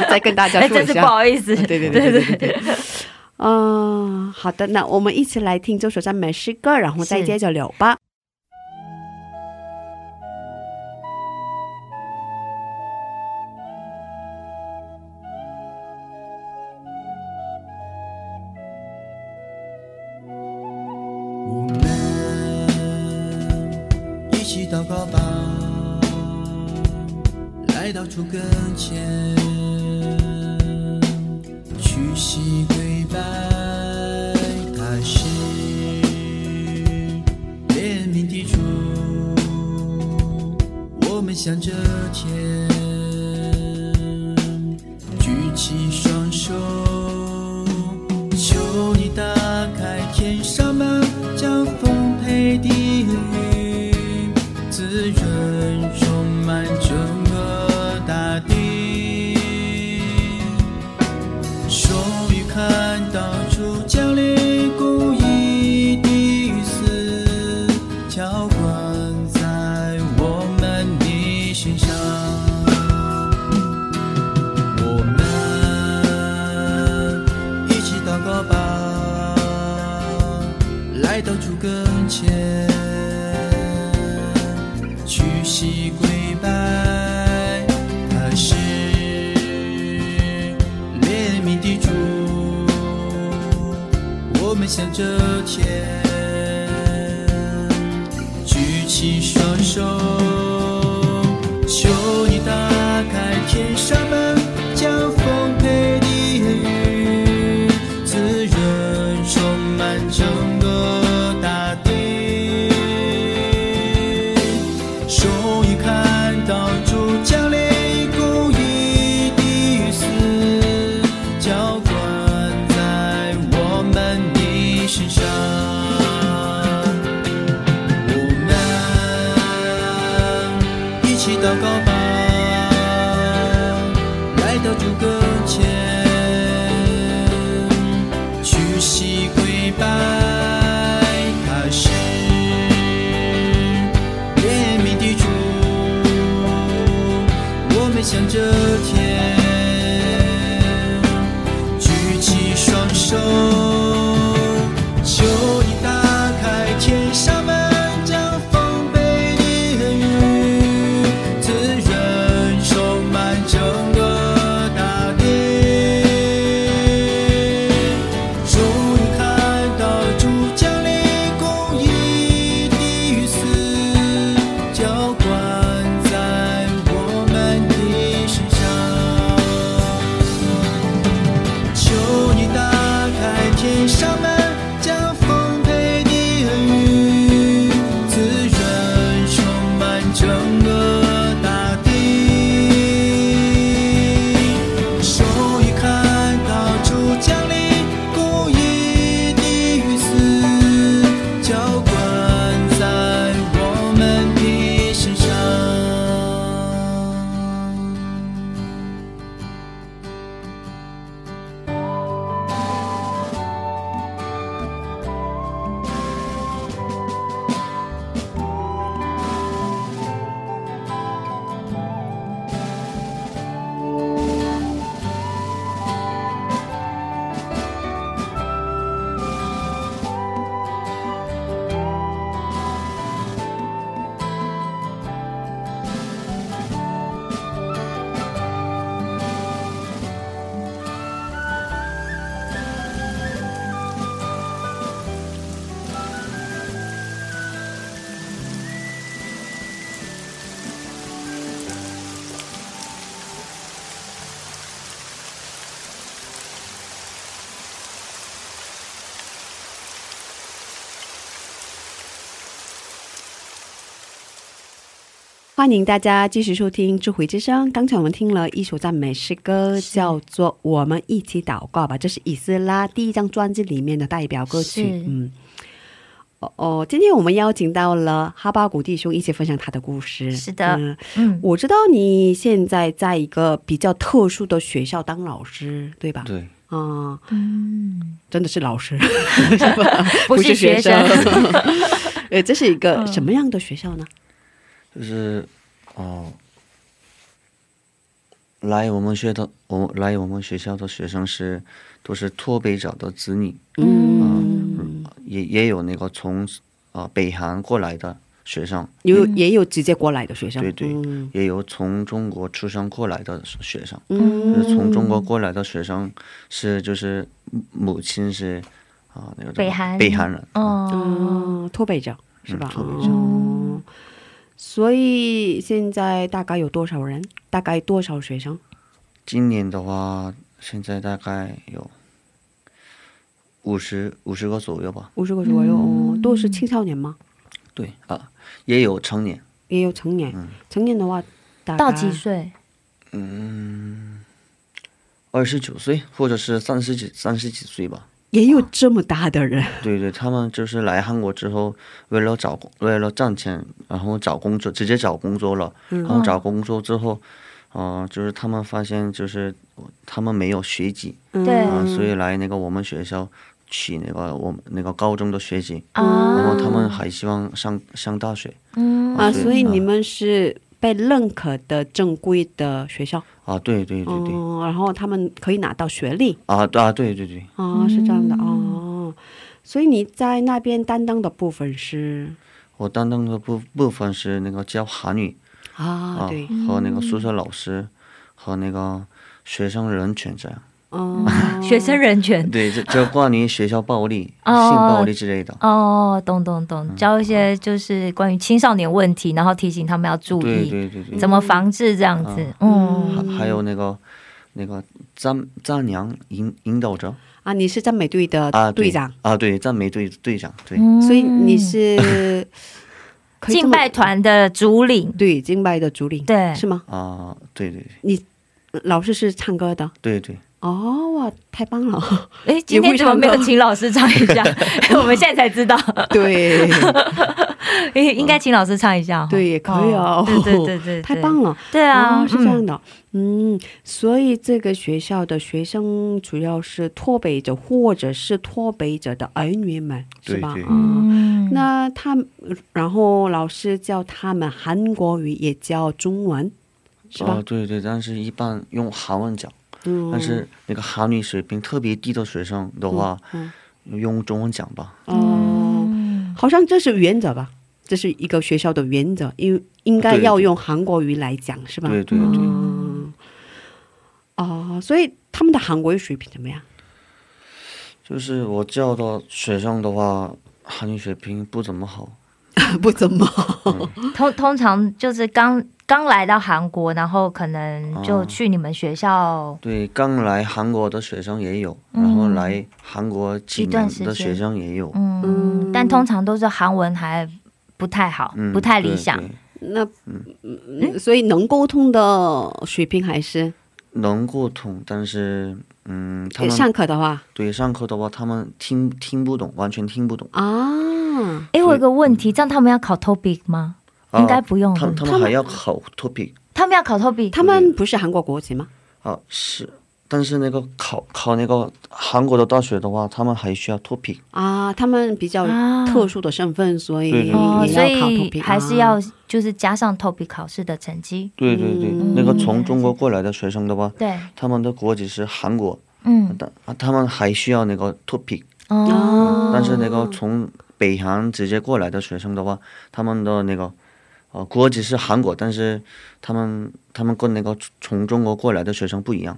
S2: 再跟大家
S3: 哎，
S2: 说
S3: 真
S2: 一
S3: 是不
S2: 下。啊
S3: 好意思。
S2: 对对对对对对。嗯、好的，那我们一起来听这首赞美诗歌，然后再
S3: 是
S2: 接着聊吧。
S5: 我们一起祷告吧，
S4: 来到竹跟前，屈膝跪拜他是怜悯的主，我们向着天，举起双手，求你打开天上门，将丰沛的雨滋润充满整个大地。终于看到主降临公义的死，浇灌在我们的心上。我们一起祷告吧，来到主跟前，屈膝跪拜，他是怜悯的主，我们向着天，举起双手，求你打开天上门，将丰沛的雨滋润充满整个大地。终于看到主降临，公义的死浇灌在我们的身上。我们一起祷告吧，来到主跟前，屈膝跪拜，他是怜悯的主，我们向着天，举起双手。求你打开天上门，将丰沛的雨滋润充满整个大地。终于看到主降临，公义的死浇灌在我们的身上。求你打开天上门，将丰沛的雨滋润充满整个大地。终于看到主降临，公义的雨丝浇灌在我们的身上。
S2: 欢迎大家继续收听《智慧之声》。刚才我们听了一首赞美诗歌，
S3: 是
S2: 叫做《我们一起祷告吧》，这是以斯拉第一张专辑里面的代表歌曲
S3: 是。
S2: 嗯，哦哦，今天我们邀请到了哈巴谷弟兄一起分享他的故事。
S3: 是的
S2: 嗯，
S3: 嗯，
S2: 我知道你现在在一个比较特殊的学校当老师，对吧？
S8: 对，
S2: 啊、
S3: 嗯
S2: 真的是老 师，
S3: 不是学生
S2: 呃，这是一个
S3: 嗯
S2: 什么样的学校呢？
S8: 就是哦、来我们学的，我们来我们学校的学生是都是脱北者的子女，
S2: 嗯，
S8: 也也有那个从呃北韩过来的学生，
S2: 有
S3: 嗯
S2: 也有直接过来的学生，
S8: 对对
S2: 嗯
S8: 也有从中国出生过来的学生。
S2: 嗯
S8: 就是从中国过来的学生是就是母亲是啊、那个叫
S3: 北韩
S8: 北韩人，
S2: 嗯
S3: 哦，
S2: 哦，脱北者是吧？
S8: 嗯脱北
S2: 哦，所以现在大概有多少人？大概多少学生？
S8: 今年的话，现在大概有五十五十个左右吧。
S2: 五十个左右、
S8: 嗯
S2: 哦，都是青少年吗？
S8: 对啊，也有成年，
S2: 也有成年。
S8: 嗯
S2: 成年的话，大
S3: 到
S2: 概
S3: 几岁？
S8: 二十九岁或者是三十几三十几岁吧。
S2: 也有这么大的人，
S8: 对对，他们就是来韩国之后，为了找工为了赚钱，然后找工作，直接找工作了。然后找工作之后，呃，就是他们发现就是他们没有学籍
S3: 对
S2: 嗯
S8: 啊、所以来那个我们学校取那个我们那个高中的学籍，
S3: 啊
S8: 然后他们还希望上上大学
S3: 嗯
S2: 啊，
S8: 对
S2: 所以
S8: 嗯
S2: 你们是被认可的正规的学校，
S8: 啊。对对对对，
S2: 哦，然后他们可以拿到学历
S8: 啊对啊对对对，
S2: 啊，是这样的哦。所以你在那边担当的部分是
S8: 我担当的部部分是那个教韩语
S2: 啊，
S8: 啊
S2: 对，，
S8: 和那个宿舍老师和那个学生人权这样。
S2: 哦，
S3: 学生人
S2: 嗯
S3: 权
S8: 对，这这关于学校暴力、
S3: 哦
S8: 性暴力之类的。
S3: 哦，懂懂懂，教一些就是关于青少年问题，然后提醒他们要注
S8: 对
S3: 意
S8: 对对对，
S3: 怎么防治这样子。嗯，
S8: 还还有那个那个赞赞扬引引导者
S2: 啊，你是赞美队的
S8: 啊，对
S2: 呃队长，嗯
S8: 啊，对赞美队队长，对，
S2: 所以你是可以这么
S3: 嗯敬拜团的主领，
S2: 对敬拜的主领，
S3: 对
S2: 是吗？
S8: 啊，对对
S2: 老师是唱歌的
S8: 对对
S2: 哦，哇，太棒 了！
S3: 哎，今天怎么没有请老师唱 一下？ 我们现在才知道，
S2: 对
S3: 诶应该请老师唱一下哦。
S2: 对，也可以哦，
S3: 对对对对对，
S2: 太棒了！
S3: 对啊，
S2: 哦是这
S3: 嗯
S2: 样的，嗯，所以这个学校的学生主要是脱北者或者是脱北者的儿女们，是
S8: 对
S2: 吧？
S8: 对
S2: 嗯
S3: 嗯
S2: 那他们，然后老师教他们韩国语，也教中文，是吧？
S8: 啊，对对，但是一般用韩文讲，
S2: 嗯，
S8: 但是那个韩语水平特别低的学生的话，
S2: 嗯
S8: 用中文讲吧，
S2: 哦，
S3: 嗯
S2: 好像这是原则吧？这是一个学校的原则，因应该
S8: 对对
S2: 要用韩国语来讲，是吧？
S8: 对对对，
S2: 嗯，哦，所以他们的韩国语水平怎 么样？
S8: 就是我教的学生的话，韩语水平不怎么好，
S2: 不怎么。
S3: 通通常就是刚刚来到韩国，然后可能就去你们学校
S8: 对，刚来韩国的学生也有，然后来韩国
S3: 嗯
S8: 几
S3: 一段
S8: 年
S3: 时
S8: 的
S3: 间
S8: 学生也有，
S3: 嗯，但通常都是韩文还不太好，
S8: 嗯，
S3: 不太理想
S8: 对。对
S2: 那嗯，所以能沟通的水平还是
S8: 能沟通，但是嗯，他们
S2: 上课的话
S8: 对上课的话，他们听听不懂，完全听不懂。
S2: 啊，
S3: 哎，我有个问题，这样他们要考 TOPIC 吗？
S8: 啊
S3: 应该不用
S8: 嗯他
S3: 了
S8: 们他们还要考 topic
S3: 他们要考 TOPIC，
S2: 他们不是韩国国籍吗？
S8: 啊，是，但是那个考考那个韩国的大学的话，他们还需要 topic
S2: 啊，他们比较
S3: 啊
S2: 特殊的身份，所以
S8: 对
S2: 也
S8: 对
S2: 要
S8: 对
S3: 哦，
S8: 哦
S3: 所
S2: 考同
S3: 以
S2: 频，
S3: 还是
S2: 啊
S8: 嗯
S3: 要就是加上 TOPIC 考试的成绩。
S8: 对对对，那个从中国过来的学生的话，
S3: 对，
S8: 他们的国籍是韩国，
S3: 嗯，
S8: 但啊他们还需要那个 topic。
S3: 哦，
S8: 嗯但是那个从北韩直接过来的学生的话，他们的那个呃国籍是韩国，但是他们他们跟那个从中国过来的学生不一样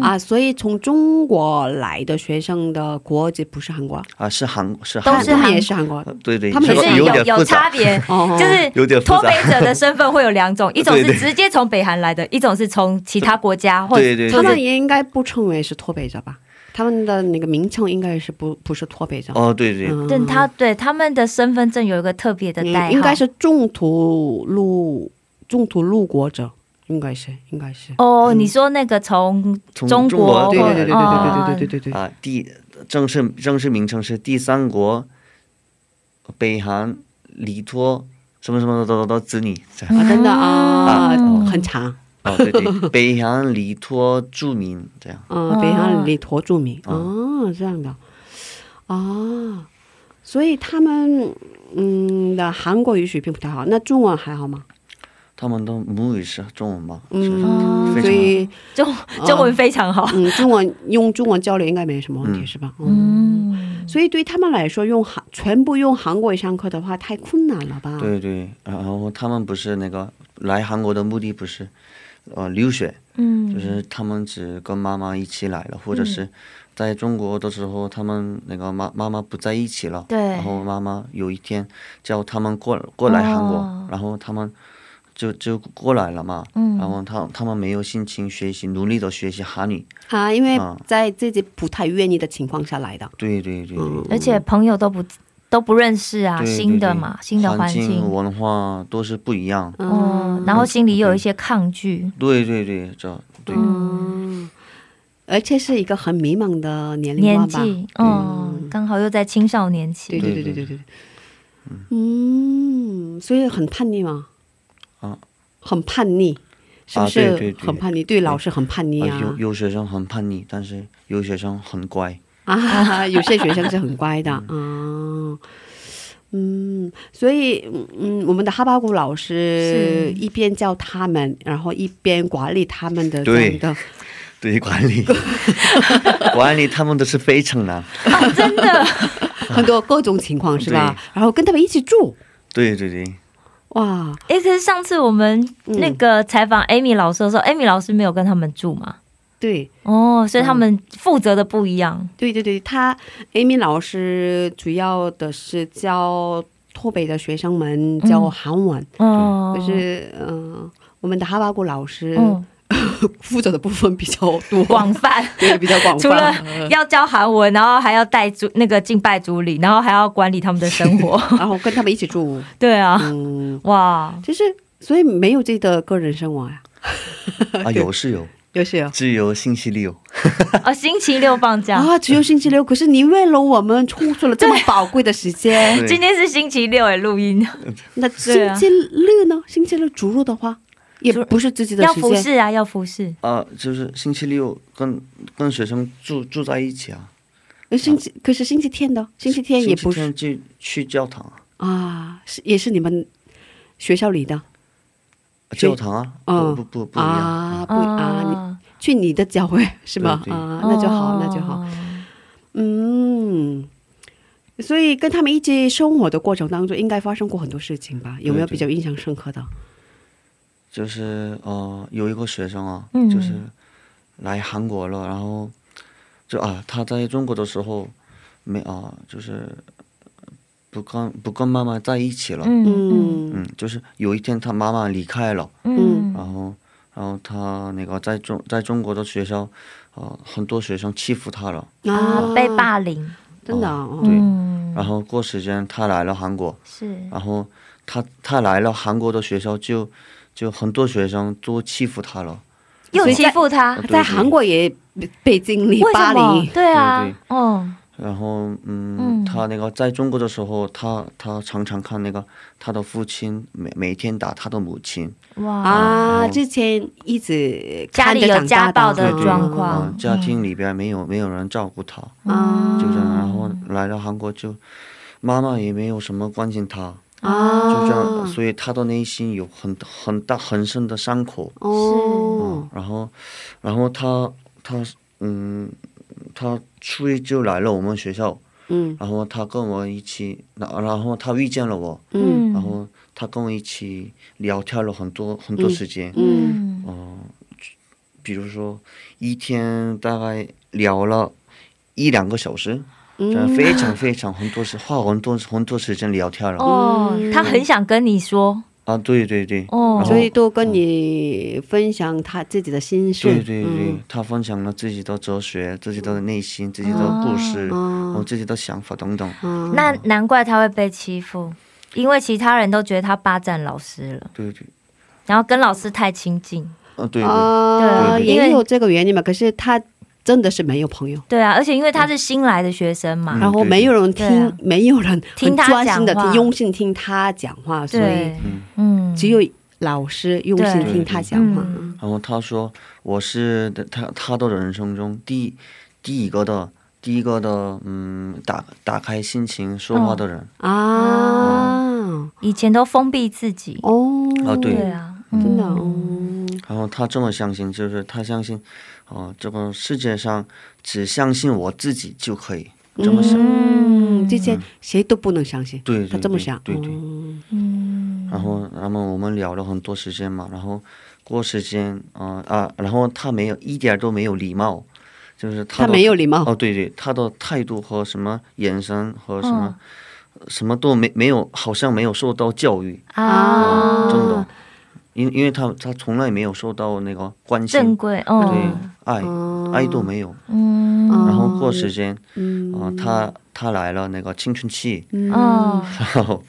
S2: 啊，所以从中国来的学生的国籍不是韩国，
S8: 啊，是韩是
S3: 都
S8: 韩
S2: 他
S3: 是
S8: 国，
S2: 们
S3: 韩
S2: 也是韩国
S8: 呃对对，
S2: 他们
S8: 这
S3: 就
S8: 个
S3: 是
S8: 有
S3: 有
S8: 点复
S3: 有差
S8: 杂，
S3: 别，
S2: 哦
S3: 就是
S8: 有点复
S3: 脱
S8: 杂
S3: 北者的身份会有 两种，一种
S8: 对
S3: 是
S8: 对
S3: 直接从北韩来的，一种是从其他国家或者
S8: 对对
S2: 他
S8: 对
S2: 们也应该不称为是脱北者吧？他们的那个名称应该是不不是脱北者，
S8: 哦，对对
S2: 嗯
S3: 但他对他们的身份证有一个特别的代号，
S2: 嗯应该是中途入中途入国者，应该是应该是。
S3: 哦，你说那个从
S8: 从
S3: 中
S8: 中国
S3: 国
S2: 对对对对对
S3: 哦
S2: 对对对对对对。
S8: 啊，第正式正式名称是第三国北韩李托什么什么的的的子女，这 样
S2: 啊，真的啊，
S8: 嗯
S2: 很长，
S8: 哦对对，北韩李托著名这样。
S2: 嗯、北韩里陀著名啊，哦这样的啊，所以他们嗯的韩国语水平不太好，那中文还好吗？
S8: 他们的母语是中文嘛，是
S2: 嗯，
S8: 非常
S2: 所以
S3: 中 中文非常好，
S2: 嗯，中文用中文交流应该没什么问题，
S8: 嗯
S2: 是吧？嗯，所以对他们来说，用韩全部用韩国语上课的话，太困难了吧？
S8: 对对，然后他们不是那个来韩国的目的不是，呃，留学，
S3: 嗯
S8: 就是他们只跟妈妈一起来了，或者是在中国的时候，他们那个妈妈妈不在一起了，
S3: 对
S8: 然后妈妈有一天叫他们过过来韩国，
S3: 哦
S8: 然后他们就就过来了嘛，
S3: 嗯
S8: 然后他他们没有心情学习，努力的学习韩语，
S2: 啊，因为
S8: 啊
S2: 在自己不太愿意的情况下来的，
S8: 对对对对，
S2: 嗯
S3: 而且朋友都不都不认识啊，
S8: 对对
S3: 新的
S8: 对
S3: 嘛，新的环境，
S8: 文化都是不一样，
S3: 嗯，然后心里有一些抗拒，
S8: 对对对，这对、
S2: 嗯，而且是一个很迷茫的年龄
S3: 年
S2: 段吧，
S3: 纪，嗯，刚好又在青少年期，
S2: 对对对对
S8: 对
S2: 对对对，嗯，所以很叛逆嘛，
S8: 啊，
S2: 很叛逆，是不
S8: 啊对对
S2: 是？
S8: 对
S2: 很叛逆，对老师很叛逆
S8: 啊
S2: 啊
S8: 有有学生很叛逆，但是有学生很乖，
S2: 啊，有些学生是很乖的啊。嗯，所以嗯嗯，我们的哈巴谷老师
S3: 是
S2: 一边教他们，然后一边管理他们的这样
S8: 对
S2: 的
S8: 对管 理管理他们都是非常难，
S2: 很多各种情况，是吧？然后跟他们一起住，
S8: 对对对，
S2: 哇，
S3: 哎、可是上次我们那个采访 Amy 老师的时候、a m y 老师没有跟他们住嘛？
S2: 对，
S3: 哦，所以他们负责的不一样。
S2: 对对对，他 Amy 老师主要的是教脱北的学生们教韩文，
S3: 哦，
S2: 就是嗯、呃我们的哈巴谷老师、
S3: 嗯，
S2: 负责的部分比较多，
S3: 广泛。
S2: 对比较广
S3: 除了
S2: 泛，呃
S3: 要教韩文，然后还要带主那个敬拜主礼，然后还要管理他们的生 活。
S2: 然后跟他们一起住，
S3: 对啊，
S2: 嗯，
S3: 哇，
S2: 就是所以没有自己的个人生活呀、
S8: 啊有是有，
S2: 就是有。
S8: 只有星期六。
S3: 哦，星期六放假，
S8: 哦
S2: 啊，只有星期六，可是你为了我们抽出了这么宝贵的时间。
S8: 对
S3: 哎
S8: 啊
S3: 今天是星期六哎，录音
S2: 那
S3: 对
S2: 星
S3: 啊
S2: 期六呢？星期六逐鹿的话，也
S3: 逐
S2: 不是自己的
S3: 要
S2: 时
S3: 服
S2: 间。
S3: 侍啊，要服侍。
S8: 啊，就是星期六跟跟学生住住在一起啊，
S2: 呃星期可是星期天的，星期天也不是
S8: 星期天就去教堂啊，
S2: 啊，是也是你们学校里的
S8: 教堂啊，
S2: 嗯
S8: 不不不不一样，嗯
S2: 啊，不
S3: 嗯
S2: 啊，你去你的教会是吗？
S8: 对对
S2: 啊，那就
S3: 哦
S2: 好，那就好。。嗯，所以跟他们一起生活的过程当中，应该发生过很多事情吧？有没有
S8: 对
S2: 比
S8: 对
S2: 较印象深刻的？
S8: 就是呃有一个学生啊，
S3: 嗯
S8: 就是来韩国了，然后就啊他在中国的时候没啊，就是不跟不跟妈妈在一起了，
S3: 嗯嗯
S2: 嗯
S8: 嗯，就是有一天他妈妈离开了，
S3: 嗯，
S8: 然后然后他那个在中在中国的学校啊，很多学生欺负他了。
S3: 啊，被，霸凌，
S2: 真的啊嗯
S8: 哦
S2: 哦
S8: 对
S3: 嗯，
S8: 然后过时间他来了韩国，
S3: 是
S8: 然后他他来了韩国的学校就就很多学生都欺负他了，
S3: 又欺负他，
S8: 对
S2: 在韩国也被被经历
S3: 为
S2: 霸
S3: 什么
S2: 凌？，
S3: 对啊
S8: 对对，
S3: 哦，
S8: 然后嗯，
S3: 嗯
S8: 他那个在中国的时候，他他常常看那个他的父亲每每天打他的母亲，
S3: 哇，
S2: 啊，
S8: 嗯
S2: 之前一直
S3: 家里
S2: 看着
S3: 有
S2: 长大
S3: 家暴
S2: 的
S3: 的
S8: 对
S3: 状
S8: 啊、
S3: 况，嗯
S8: 家庭里边没有没有人照顾他，
S2: 啊
S8: 嗯就这
S3: 嗯
S8: 样，然后来了韩国就妈妈也没有什么关心他，
S2: 啊，
S8: 就这
S3: 哦嗯
S8: 样，所以他的内心有很很大很深的伤口。
S2: 哦
S8: 嗯，，然后，然后他他嗯，他初一就来了我们学校，
S2: 嗯
S8: 然后他跟我一起，然然后他遇见了我，
S2: 嗯
S8: 然后他跟我一起聊天了很多很多时间，
S2: 嗯
S3: 嗯
S8: 比如说一天大概聊了一两个小时，这样
S2: 嗯，
S8: 非常非常很多时花很多很多时间聊天了、
S3: 哦，
S8: 嗯
S3: 他很想跟你说，
S8: 啊，对对对。
S3: 哦
S8: 然，后嗯
S2: 所以都跟你分享他自己的心事，
S8: 对对对、
S2: 嗯
S8: 他分享了自己的哲学、自己的内心、自己
S2: 啊
S8: 的故事，然后自己的想法等等。
S2: 嗯
S3: 那难怪他会被欺负，因为其他人都觉得他霸占老师了，
S8: 对对，
S3: 然后跟老师太亲近。
S8: 啊对对，
S2: 啊，
S3: 对对
S2: 也有这个原因嘛。可是他真的是没有朋友，
S3: 对啊，而且因为他是新来的学生嘛，
S8: 嗯
S2: 然后没有人
S3: 对
S2: 听
S3: 啊，
S2: 没有人很
S3: 听他
S2: 专心的
S3: 讲话
S2: 听，用心听他讲话，所以
S3: 对，嗯，
S2: 只有老师用心听他讲话。
S3: 嗯
S8: 然后他说我是他他的人生中第第一个的第一个的嗯打打开心情说话
S2: 哦
S8: 的
S3: 嗯
S8: 人、
S2: 啊，
S3: 以前都封闭自己，
S2: 哦，
S8: 啊对
S3: 对啊，
S2: 真的
S3: 嗯
S2: 哦，
S8: 然后他这么相信，就是他相信啊、这个世界上只相信我自己就可以这么想。
S2: 嗯，之前谁都不能相信，
S8: 对对
S2: 他这么想，
S8: 对对对
S2: 嗯
S3: 嗯，
S8: 然后，那么我们聊了很多时呃间嘛，然后过时间，啊、啊，然后他没有一点儿都没有礼貌，就是他
S2: 他
S8: 的
S2: 没有礼貌，
S8: 哦，对对，他的态度和什么眼神和什么、呃什么都没没有，好像没有受到教育，
S3: 啊，
S8: 真的，因因为他他从来没有受到那个关
S3: 正
S8: 心，
S3: 规，
S8: 对
S3: 嗯
S8: 爱、爱都没有，
S3: 嗯
S8: 然后过时间
S2: 嗯
S8: 啊、他他来了那个青春期，
S3: 嗯
S8: 然后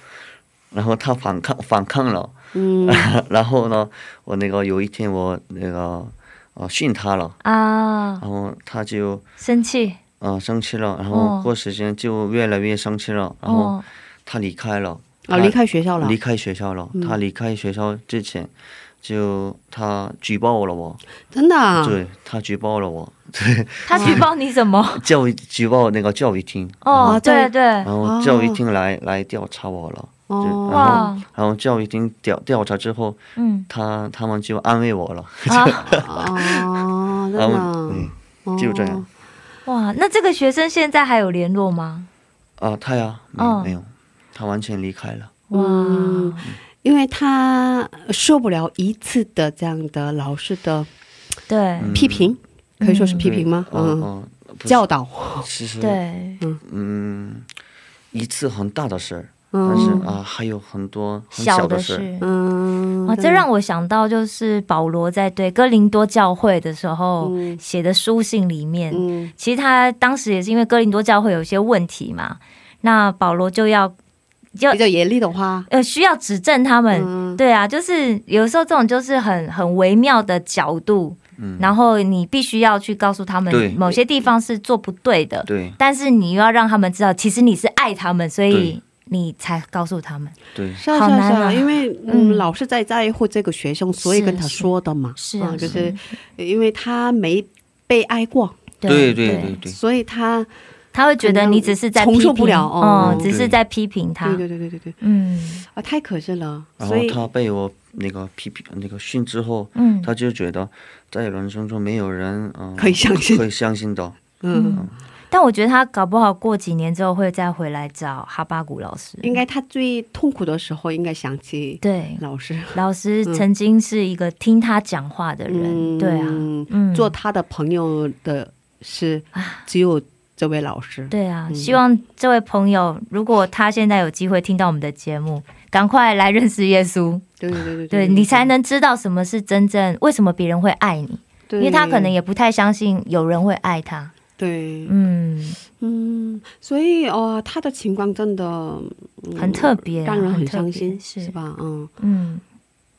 S8: 然后他反抗反抗了，
S2: 嗯
S8: 然后呢，我那个有一天我那个呃训他了，
S3: 啊，
S8: 然后他就
S3: 生气，
S8: 呃生气了，然
S3: 哦
S8: 后过时间就越来越生气了，然后
S3: 哦
S8: 他离开了。
S2: 啊，离开学校了
S8: 离，开学校了。他离开学校之前，就他举报了我，
S2: 真的啊，
S8: 对他举报了我，
S3: 他举报你 什么？
S8: 教育举报那个教育厅，
S3: 哦，对
S2: 对
S3: 对
S8: 然， 后教育厅来、来调查我了。就
S2: 哦，
S8: 然后
S3: 哇，
S8: 然后教育厅调调查之后，
S3: 嗯
S8: 他他们就安慰我了，
S3: 啊，
S2: 哦，真的
S8: 然后
S2: 啊
S8: 嗯，就这样
S2: 哦。
S3: 哇，那这个学生现在还有联络吗？
S8: 啊，他呀，没有、
S3: 哦
S8: 没有，他完全离开了。
S3: 哇，
S2: 嗯因为他受不了一次的这样的老师的
S3: 对
S8: 嗯
S2: 批评，可以说是批
S8: 对
S2: 评吗？
S8: 哦
S2: 嗯，
S8: 哦，不是
S2: 教导，
S8: 其实
S3: 对，
S8: 嗯，一次很大的事儿，但是
S2: 嗯
S8: 啊，还有很多很
S3: 小
S8: 的
S3: 的
S8: 事儿。
S3: 事。
S2: 嗯
S3: 啊，这让我想到就是保罗在对哥林多教会的时候
S2: 嗯
S3: 写的书信里面，
S2: 嗯
S3: 其实他当时也是因为哥林多教会有一些问题嘛，那保罗就要要
S2: 比较严厉的话，
S3: 呃需要指正他们。
S2: 嗯
S3: 对啊，就是有时候这种就是很很微妙的角度，
S8: 嗯，
S3: 然后你必须要去告诉他
S8: 对
S3: 们某些地方是做不对的，
S8: 对
S3: 但是你又要让他们知道，其实你是爱他们，所以你才告诉他们。
S8: 对，
S2: 是啊
S3: 好
S2: 是啊
S3: 难
S2: 是啊，
S3: 啊
S2: 因为嗯，
S3: 嗯
S2: 老师在在乎这个学生，所以
S3: 是
S2: 跟他
S3: 是
S2: 说的嘛，
S3: 是啊
S2: 嗯就是是因为他没被爱过，
S8: 对对对对，
S2: 所以他
S3: 他会觉得你只是在批评
S2: 承受不了哦
S3: 嗯，只是在批评他
S2: 对。对对对对对
S3: 嗯
S2: 啊，太可惜了，
S8: 然
S2: 所
S8: 后
S2: 以
S8: 他被我那个批评那个训之后，
S3: 嗯，
S8: 他就觉得在人生中没有人嗯、呃
S2: 可以相信
S8: 可以相信的，
S2: 嗯。
S3: 但我觉得他搞不好过几年之后会再回来找哈巴谷老师。
S2: 应该他最痛苦的时候，应该想起
S3: 对，
S2: 老师。
S3: 老师曾经是一个听他讲话的人，
S2: 嗯，
S3: 对啊，嗯，啊
S2: 做他的朋友的是只有这位老师。
S3: 对啊，
S2: 嗯
S3: 希望这位朋友，如果他现在有机会听到我们的节目，赶快来认识耶稣，
S2: 对对对对
S3: 对你才能知道什么是真正为什么别人会爱你，
S2: 对，
S3: 因为他可能也不太相信有人会爱他。
S2: 对，
S3: 嗯，
S2: 嗯，所以哦，他的情况真的、嗯
S3: 很特别啊
S2: 让人
S3: 很
S2: 很
S3: 特
S2: 伤
S3: 别
S2: 心，
S3: 是
S2: 吧？嗯
S3: 嗯，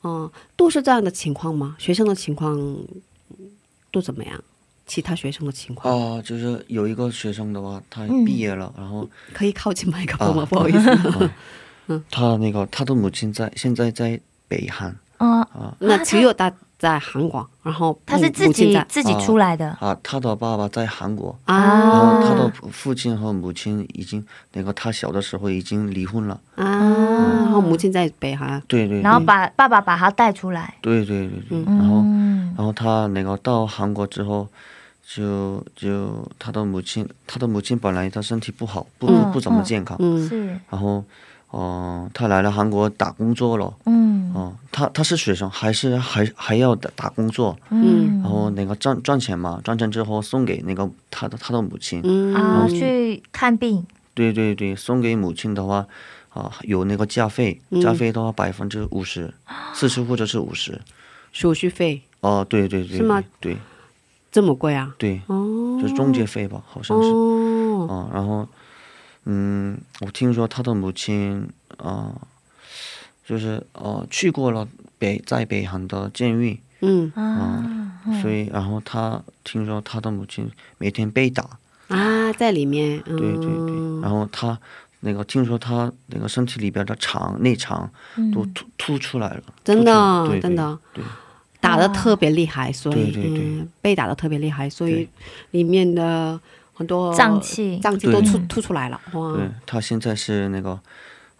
S2: 嗯，都是这样的情况吗？学生的情况嗯都怎么样？其他学生的情况、
S8: 啊、就是有一个学生的话，他
S3: 嗯
S8: 毕业了，然后
S2: 可以靠近麦克
S8: 啊
S2: 风吗？不好意思，
S8: 他那个他的母亲在现在在北韩
S3: 哦，
S2: 那只有他在韩国，然后
S3: 他是自
S2: 母亲
S3: 己
S2: 在
S3: 自己出来的，
S8: 啊，他的爸爸在韩国，然
S2: 啊
S8: 后他的父亲和母亲已经那个他小的时候已经离婚了，
S2: 啊，然后母亲在北韩，
S8: 对对，
S3: 然后把爸爸把他带出来。
S8: 对对对对，然后
S3: 嗯嗯，
S8: 然后他那个到韩国之后，就就他的母亲，他的母亲本来他身体不好，不
S3: 嗯
S8: 不怎么健康，
S2: 嗯
S3: 是，
S8: 然后，哦、他来了韩国打工作了，
S3: 嗯
S8: 哦、他他是学生，还是还还要打打工作，
S2: 嗯
S8: 然后那个赚赚钱嘛，赚钱之后送给那个他的他的母亲，
S2: 嗯
S3: 啊，去看病，
S8: 对对对，送给母亲的话。啊，有那个加费，
S2: 嗯
S8: 加费的话百分之五十，四十或者是五十。
S2: 手续费
S8: 哦，对对对，
S2: 是吗
S8: 对
S2: 这么贵啊？
S8: 对，
S2: 哦，
S8: 就是中介费吧，好像是。
S2: 哦，
S8: 啊、然后，嗯，我听说他的母亲啊、就是呃去过了北在北韩的监狱，
S2: 嗯
S3: 啊，
S8: 所以然后他听说他的母亲每天被打，
S2: 啊，在里面，嗯对
S8: 对对
S2: 哦
S8: 啊对，然后他那个听说他那个身体里边的肠内肠
S2: 嗯
S8: 都凸凸出来了，
S2: 真的
S8: 凸出对对
S2: 真的
S8: 对
S2: 打的特别厉害，所以
S8: 对对对
S2: 嗯被打的特别厉害，所以
S8: 对
S2: 里面的很多
S3: 脏器
S2: 脏器都
S8: 对
S2: 突突出来了，哇，
S8: 对，他现在是那个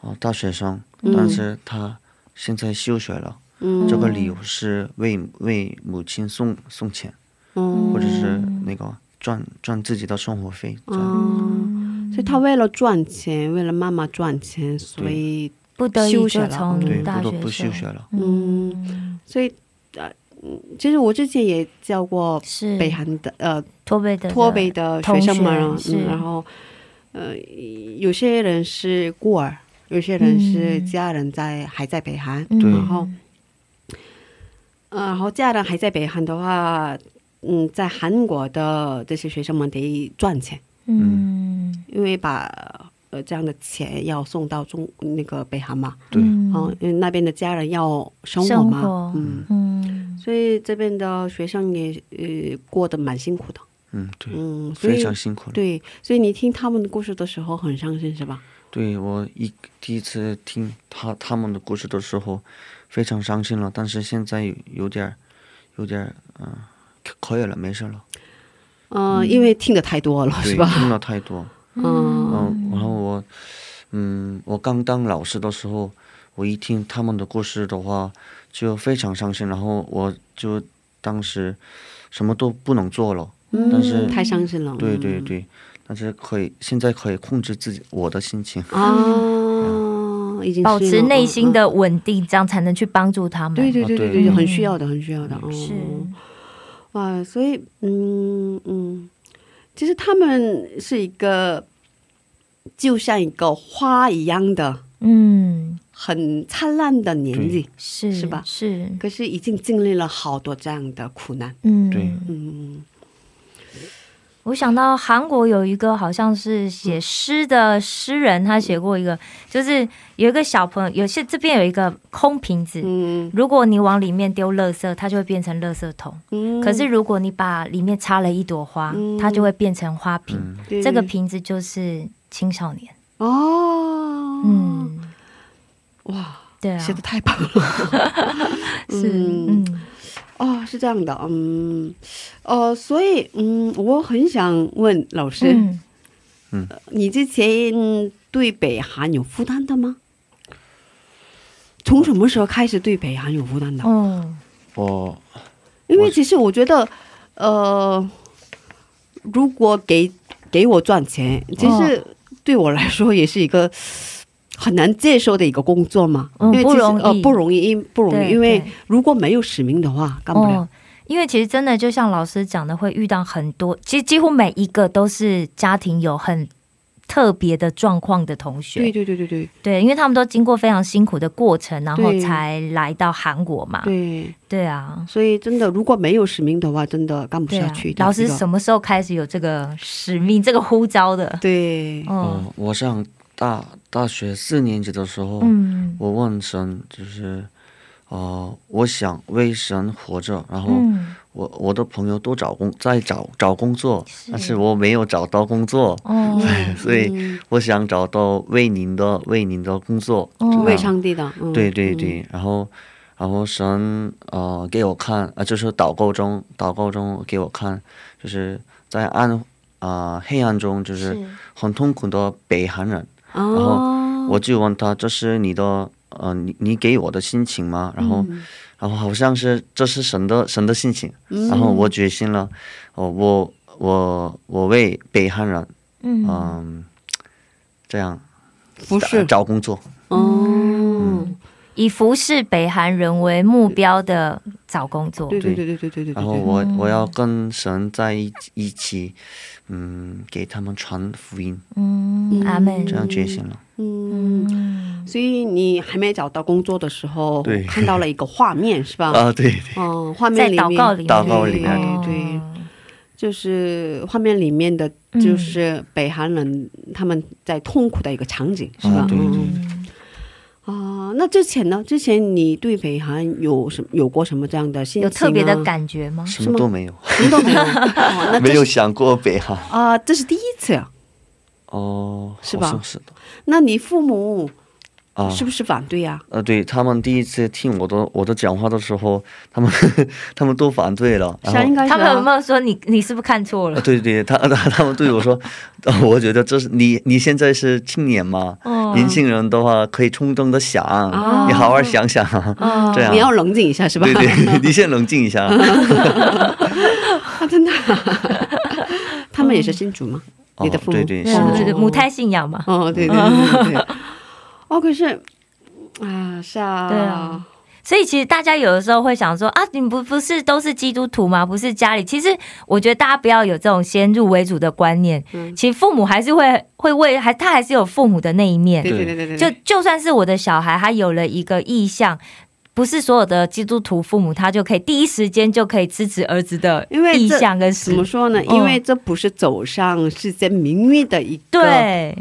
S8: 啊、大学生，
S2: 嗯
S8: 但是他现在休学了，
S2: 嗯
S8: 这个理由是为为母亲送送钱。
S2: 嗯
S8: 或者是那个赚赚自己的生活费，这样
S2: 嗯，所以他为了赚钱，为了妈妈赚钱，所以
S3: 不得已
S2: 休学
S3: 就
S2: 了
S3: 从
S8: 对，
S3: 大
S8: 不
S3: 学
S8: 都不休学
S3: 生，
S8: 了。
S2: 嗯，所以呃，其实我之前也教过
S3: 是
S2: 北韩的呃
S3: 脱北的
S2: 脱北的
S3: 同
S2: 学生们
S3: 学
S2: 啊，
S3: 是
S2: 嗯、然后呃有些人是孤儿，有些人是
S3: 嗯
S2: 家人在、还在北韩，
S3: 嗯
S8: 对
S2: 然后嗯，然后家人还在北韩的话，嗯，在韩国的这些学生们得赚钱，
S3: 嗯
S2: 因为把呃这样的钱要送到中那个北韩嘛，
S8: 对
S3: 嗯
S2: 嗯，因为那边的家人要生活
S3: 生
S2: 嘛，
S3: 活
S2: 嗯，
S3: 嗯
S2: 所以这边的学生也呃过得蛮辛苦的，
S8: 嗯，对，
S2: 嗯，所
S8: 非
S2: 以
S8: 常辛苦了。
S2: 对，所以你听他们的故事的时候很伤心是吧？
S8: 对我一第一次听他他们的故事的时候，非常伤心了，但是现在有有点儿，有点儿，嗯、可可以了，没事了，
S2: 嗯、因为听的太多了
S8: 对，
S2: 啊是吧？
S8: 听了太多，
S2: 嗯
S8: 嗯，然后我，嗯，我刚当老师的时候，我一听他们的故事的话，就非常伤心，然后我就当时什么都不能做了，但
S2: 嗯
S8: 是
S2: 太伤心了，
S8: 对
S2: 嗯
S8: 对对，但是可以现在可以控制自己我的心情，
S2: 啊，已经
S3: 保
S2: 是
S3: 持
S2: 了
S3: 内
S2: 嗯
S3: 心
S2: 嗯
S3: 的稳定，这样才能去帮助他们。
S2: 对对对对
S8: 对
S2: 对，
S3: 嗯
S2: 很需要的，很需要的。
S3: 是
S2: 嗯，哇，所以嗯嗯，其实他们是一个就像一个花一样的
S3: 嗯，
S2: 很灿烂的年纪，
S3: 是
S2: 是吧
S3: 是，
S2: 可是已经经历了好多这样的苦难。
S3: 嗯，
S8: 对
S2: 嗯，
S3: 我想到韩国有一个好像是
S2: 嗯
S3: 写诗的诗人，他写过一个，就是有一个小朋友，有些这边有一个空瓶子，
S2: 嗯
S3: 如果你往里面丢垃圾，它就会变成垃圾桶；
S2: 嗯
S3: 可是如果你把里面插了一朵花，
S2: 嗯
S3: 它就会变成花瓶。
S8: 嗯，
S2: 对
S3: 这个嗯瓶子就是青少年。
S2: 哦，
S3: 嗯，
S2: 哇，
S3: 对啊，
S2: 写的太棒了。
S3: 是
S2: 嗯
S3: 嗯
S2: 哦，是这样的，嗯，呃，所以，嗯，我很想问老师，
S3: 嗯
S2: 你之前对北韩有负担的吗？从什么时候开始对北韩有负担的？
S3: 哦，
S8: 我
S2: 因为其实我觉得，呃，如果给给我赚钱，其
S3: 哦
S2: 实对我来说也是一个很难接受的一个工作嘛，
S3: 嗯
S2: 因为其实
S3: 不容易
S2: 呃不容易，因不容
S3: 对
S2: 易，因为
S3: 对
S2: 如果没有使命的话，干不了。
S3: 哦。因为其实真的就像老师讲的，会遇到很多，其实几乎每一个都是家庭有很特别的状况的同学，
S2: 对对对对对
S3: 对因为他们都经过非常辛苦的过程，然后
S2: 对
S3: 才来到韩国嘛，
S2: 对，
S3: 对啊，
S2: 所以真的如果没有使命的话，真的干不
S3: 对
S2: 下
S3: 啊
S2: 去。的。
S3: 老师
S2: 这个
S3: 什么时候开始有这个使命、这个呼召的？
S2: 对，
S3: 嗯
S8: 哦，我上大大学四年级的时候，
S3: 嗯
S8: 我问神，就是，呃，我想为神活着。然后
S3: 嗯
S8: 我我的朋友都找工在找找工作，
S3: 是
S8: 但是我没有找到工作，
S3: 哦，
S8: 所以
S2: 嗯
S8: 我想找到为您的为您的工作。
S3: 哦
S8: 这样
S2: 为上帝的，嗯、
S8: 对对对，然后然后神呃给我看啊、呃就是祷告中祷告中给我看，就是在暗啊、黑暗中，就是很痛苦的北韩人。
S2: 嗯，
S8: 然
S2: 哦，
S8: 我就问他：“这是你的呃，你你给我的心情吗？”然后，
S2: 嗯
S8: 然后好像是这是神的神的心情。
S2: 嗯
S8: 然后我决心了，哦，我我我为北韩人，
S3: 嗯
S8: 嗯、这样
S2: 服
S8: 找
S2: 侍，
S8: 找工作。
S2: 哦，
S8: 嗯
S3: 以服侍北韩人为目标的找工作，
S2: 对对对对对对对对，
S8: 然后我我要跟神在一一起，嗯，给他们传福音，
S3: 嗯，阿门
S8: 这，样决心了。
S2: 嗯。
S3: 嗯，
S2: 所以你还没找到工作的时候，
S8: 对
S2: 看到了一个画面是吧？
S8: 啊，对对，
S2: 嗯，画
S3: 在
S2: 面里面
S3: 祷告里面，哦
S8: 祷告里面
S2: 对对对，就是画面里面的，
S3: 嗯
S2: 就是北韩人他们在痛苦的一个场景，是吧
S8: 啊？对对
S2: 嗯啊、那之前呢？之前你对北韩有什么有过什么这样的心情、啊？
S3: 有特别的，感觉
S2: 哦
S3: 吗？
S8: 什么都没有，
S2: 什么都没有。 哦、那这
S8: 没有
S2: 是
S8: 想过北韩。
S2: 啊、这是第一次呀、
S8: 哦，
S2: 是
S8: 好
S2: 吧
S8: 像是的
S2: 那你父母
S8: 啊，
S2: 是不是反对呀、
S8: 呃，对他们第一次听我的我的讲话的时候，他们 他们都反对了，然
S2: 是啊，应
S8: 后。
S2: 该是、啊、
S3: 他们有没有说你你是不是看错了
S8: 啊？对对，他他他们对我说， 呃我觉得这是你你现在是青年嘛，
S3: 哦
S8: 年轻人的话可以冲动的想，
S2: 啊
S8: 你好好想想，这样
S2: 你哦要冷静一下是吧？
S8: 对对， 你先冷静一下。
S2: 啊， 真的 啊，他们也是新主吗？
S8: 哦
S2: 你的父母
S8: 对对，
S3: 嗯对
S8: 是
S3: 啊
S2: 哦
S3: 对对母胎信仰嘛，
S2: 哦，对对对对对。哦，可是啊，是啊，
S3: 对啊，所以其实大家有的时候会想说啊，你不不是都是基督徒吗？不是家里。其实我觉得大家不要有这种先入为主的观念，
S2: 嗯
S3: 其实父母还是会会为还他还是有父母的那一面
S2: 对。对
S8: 对
S2: 对对对，
S3: 就就算是我的小孩，他有了一个意向。不是所有的基督徒父母，他就可以第一时间就可以支持儿子的
S2: 因为
S3: 意
S2: 这
S3: 向跟
S2: 怎
S3: 实
S2: 么说呢？
S3: 嗯
S2: 因为这不是走上世界名誉的一个
S3: 对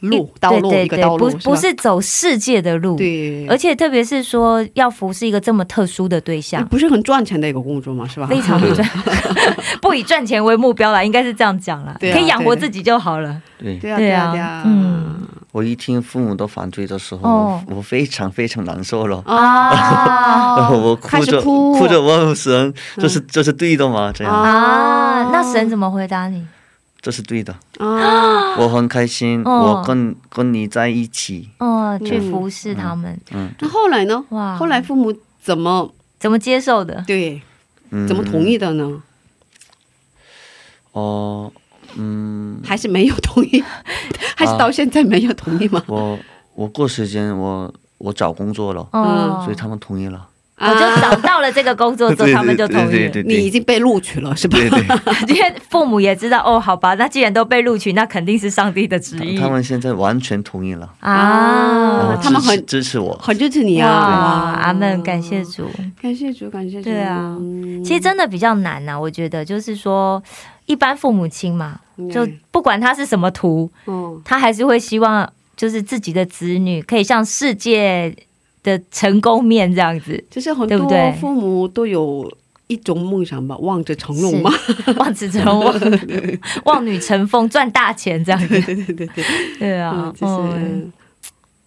S2: 路道路
S3: 对对
S2: 一个道路，
S3: 对不不
S2: 是吧
S3: 是走世界的路，
S2: 对，
S3: 而且特别是说要服侍一个这么特殊的对象，
S2: 不是很赚钱的一个工作嘛，是吧？
S3: 啊非常不赚， 不以赚钱为目标啦，应该是这样讲啦，
S2: 对啊
S3: 可以养活自己就好了。
S8: 对
S2: 对啊
S3: 对
S2: 对
S3: 啊
S2: 啊对啊，
S3: 嗯
S8: 我一听父母都反对的时候，
S3: 哦
S8: 我非常非常难受 了。
S3: 啊
S8: 我
S2: 哦开
S8: 哭
S2: 始
S8: 着
S2: 哭
S8: 着问神，这是、这是对的吗？这样、
S2: 啊
S3: 啊！那
S8: 哦
S3: 神怎么回答你？
S8: 这是对的，
S2: 啊，
S8: 我很开心，
S3: 哦
S8: 我跟跟你在一起。
S3: 哦，去服侍他们，
S8: 嗯
S2: 那后来呢？
S3: 哇！
S2: 后来父母怎么
S3: 怎么接受的？
S2: 对
S8: 嗯，
S2: 怎么同？意的呢？
S8: 哦，嗯，啊
S2: 还是没有同意， 还是到现在没有同意吗？
S8: 我我过时间我我找工作了，
S3: 哦，
S8: 所以他们同意了。
S3: 我就找到了这个工作之后，
S8: 对
S3: 他们就同意
S8: 对
S3: 了。
S8: 对对
S2: 你已
S8: 对
S2: 经被录取了是吧？
S8: 对对 对，
S3: 因为父母也知道，哦，好吧，那既然都被录取，那肯定是上帝的旨意
S8: 他们现在完全同意了，然
S3: 啊
S8: 后
S2: 他们
S8: 支持
S2: 很
S8: 支持我。
S2: 很支持你啊！
S3: 哇
S2: 哇，
S3: 阿门，感谢主。
S2: 感谢主，感谢主。
S3: 对啊
S2: 嗯
S3: 其实真的比较难啊呐、我觉得就是说，一般父母亲嘛，就
S2: 对
S3: 不管他是什么图，
S2: 哦，
S3: 他还是会希望就是自己的子女可以向世界的成功面这样子，
S2: 就是很
S3: 对不对
S2: 多父母都有一种梦想吧，望着成龙嘛。
S3: 是望 子成龙、望望女成凤、赚大钱这样子。
S2: 对对对对，
S3: 对啊
S2: 嗯，，就
S3: 嗯，
S2: 是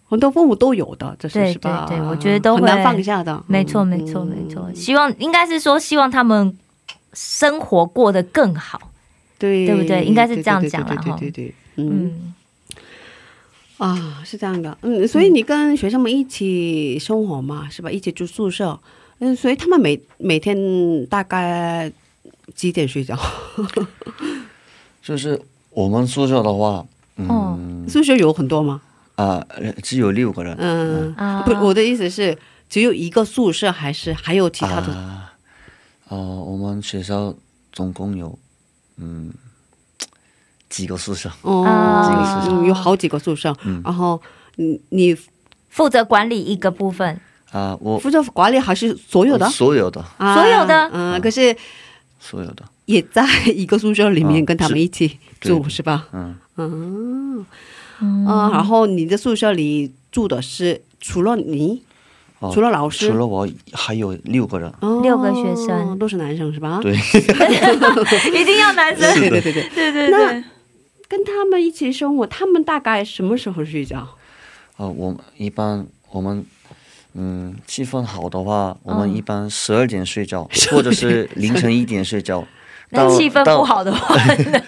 S2: 很多父母都有的，这是
S3: 对
S2: 是吧？
S3: 对对我觉得都会
S2: 很难放下的。
S3: 没错，
S2: 嗯
S3: 没错，没错。希望应该是说，希望他们生活过得更好。
S2: 对
S3: 对不对应该是这样讲啦
S2: 对对
S3: 哈
S2: 对对对对，嗯
S3: 嗯，
S2: 啊，是这样的，嗯，所以你跟学生们一起生活嘛，是吧？一起住宿舍，嗯，所以他们每每天大概几点睡觉？
S8: 就是我们宿舍的话，
S3: 哦
S8: 嗯
S2: 宿舍有很多吗？
S8: 啊、呃只有六个人。
S2: 嗯，
S3: 啊
S2: 不，我的意思是只有一个宿舍，还是还有其他的？
S8: 啊，哦，我们学校总共有嗯几个宿舍，
S2: 哦，
S3: 啊
S2: 嗯有好几个宿舍，
S8: 嗯
S2: 然后你你
S3: 负责管理一个部分，
S8: 啊，我
S2: 负责管理还是所有的？
S8: 所有的
S2: 啊
S3: 所有的
S2: 嗯，可是
S8: 所有的，
S2: 也在一个宿舍里面
S8: 啊
S2: 跟他们
S8: 是
S2: 一起
S8: 对
S2: 住，是吧？
S8: 嗯，
S2: 嗯，啊，然后你的宿舍里住的是除了你，
S8: 哦
S2: 除了老师
S8: 除了我还有六个人，
S2: 哦
S3: 六个学生
S2: 都是男生是吧？
S8: 对，
S3: 一定要男生。
S2: 对对对对，
S3: 对对
S2: 那
S3: 对，
S2: 跟他们一起生活，他们大概什么时候睡觉？
S8: 哦，我们一般我们。嗯，气氛好的话，我
S3: 嗯
S8: 们一般十二点睡觉，或者是凌晨一点睡觉。
S3: 那
S8: 到
S3: 气氛
S8: 到
S3: 不好的话呢，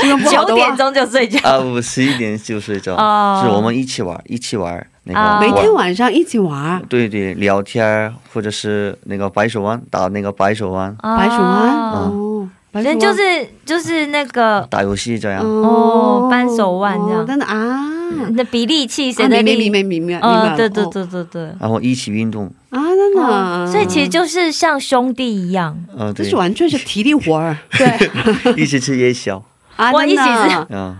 S2: 这个不好
S3: 九
S2: 的
S3: 点
S2: 话，
S3: 钟就睡觉。
S8: 啊，不，十一点就睡觉，
S3: 哦
S8: 就是我们一起玩，一起玩那
S3: 啊
S8: 个
S2: 每天
S8: 玩，
S2: 晚上一起玩，
S8: 对对，聊天儿或者是那个白手湾，打那个白手湾，
S2: 呃白鼠湾
S3: 哦
S2: 哦，白
S3: 反
S2: 鼠
S3: 正
S2: 湾
S3: 就是就是那个
S8: 打游戏这样。
S3: 哦扳手腕这样
S2: 哦真的啊。
S3: 那比力气谁
S2: 啊
S3: 的
S2: 明白
S3: 力
S2: 明白明白明白
S3: 呃，
S2: 了，
S3: 对对
S2: 哦
S3: 对对对。
S8: 然后一起运动，
S2: 啊，真的
S3: 哦
S2: 啊，
S3: 所以其实就是像兄弟一样，
S8: 嗯，
S2: 这
S8: 对
S2: 是，完全是体力活 儿，对
S8: 一起吃夜宵，
S2: 啊，
S3: 哇
S2: 真
S3: 一起
S2: 的
S3: 是
S8: 嗯，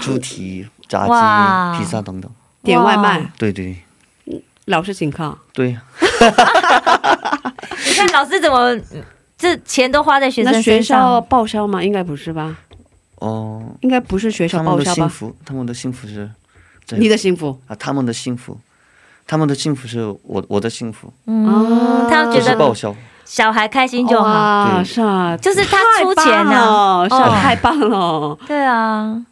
S8: 猪蹄、炸
S3: 哇
S8: 鸡、披萨等等，
S2: 点外
S3: 哇
S2: 卖，
S8: 对对
S2: 老师请客，
S8: 对，
S3: 你看老师怎么这钱都花在学
S2: 那
S3: 生
S2: 学
S3: 身
S2: 校
S3: 上，
S2: 报销吗？应该不是吧？
S8: 哦，
S2: 应该不是学校
S8: 他们
S2: 报
S8: 的
S2: 销
S8: 幸
S2: 吧？
S8: 福，他们的幸福是这样，
S2: 你的幸福
S8: 啊，他们的幸福，他们的幸福是我我的幸福，
S3: 嗯，他觉
S8: 不是报
S3: 得
S8: 销，
S3: 小孩开心就好，
S2: 啊哇，
S8: 对
S2: 是啊，
S3: 就是他出钱
S2: 呢、
S3: 呐、
S2: 是
S3: 哦
S2: 啊，太棒了。
S3: 对啊，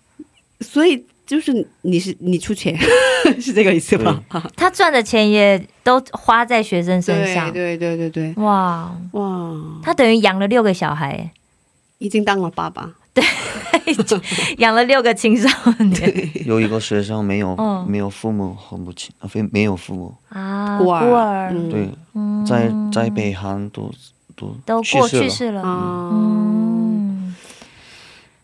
S2: 所以就是你是你出钱， 是这个意思吧？
S3: 他赚的钱也都花在学生身上，
S2: 对对对对，
S3: 哇，
S2: 哇，
S3: 他等于养了六个小孩，
S2: 已经当了爸爸，
S3: 养了六个青少 年
S8: 有一个学生没有、
S3: 哦
S8: 没有父母和母亲，啊，非没有父母，
S3: 啊，
S2: 孤儿
S3: 孤儿，
S2: 嗯
S8: 对，
S3: 嗯
S8: 在在北韩都都
S3: 都
S8: 去
S3: 过
S8: 世
S2: 嗯
S3: 去
S8: 了，
S3: 哦世了，
S2: 啊，
S3: 嗯，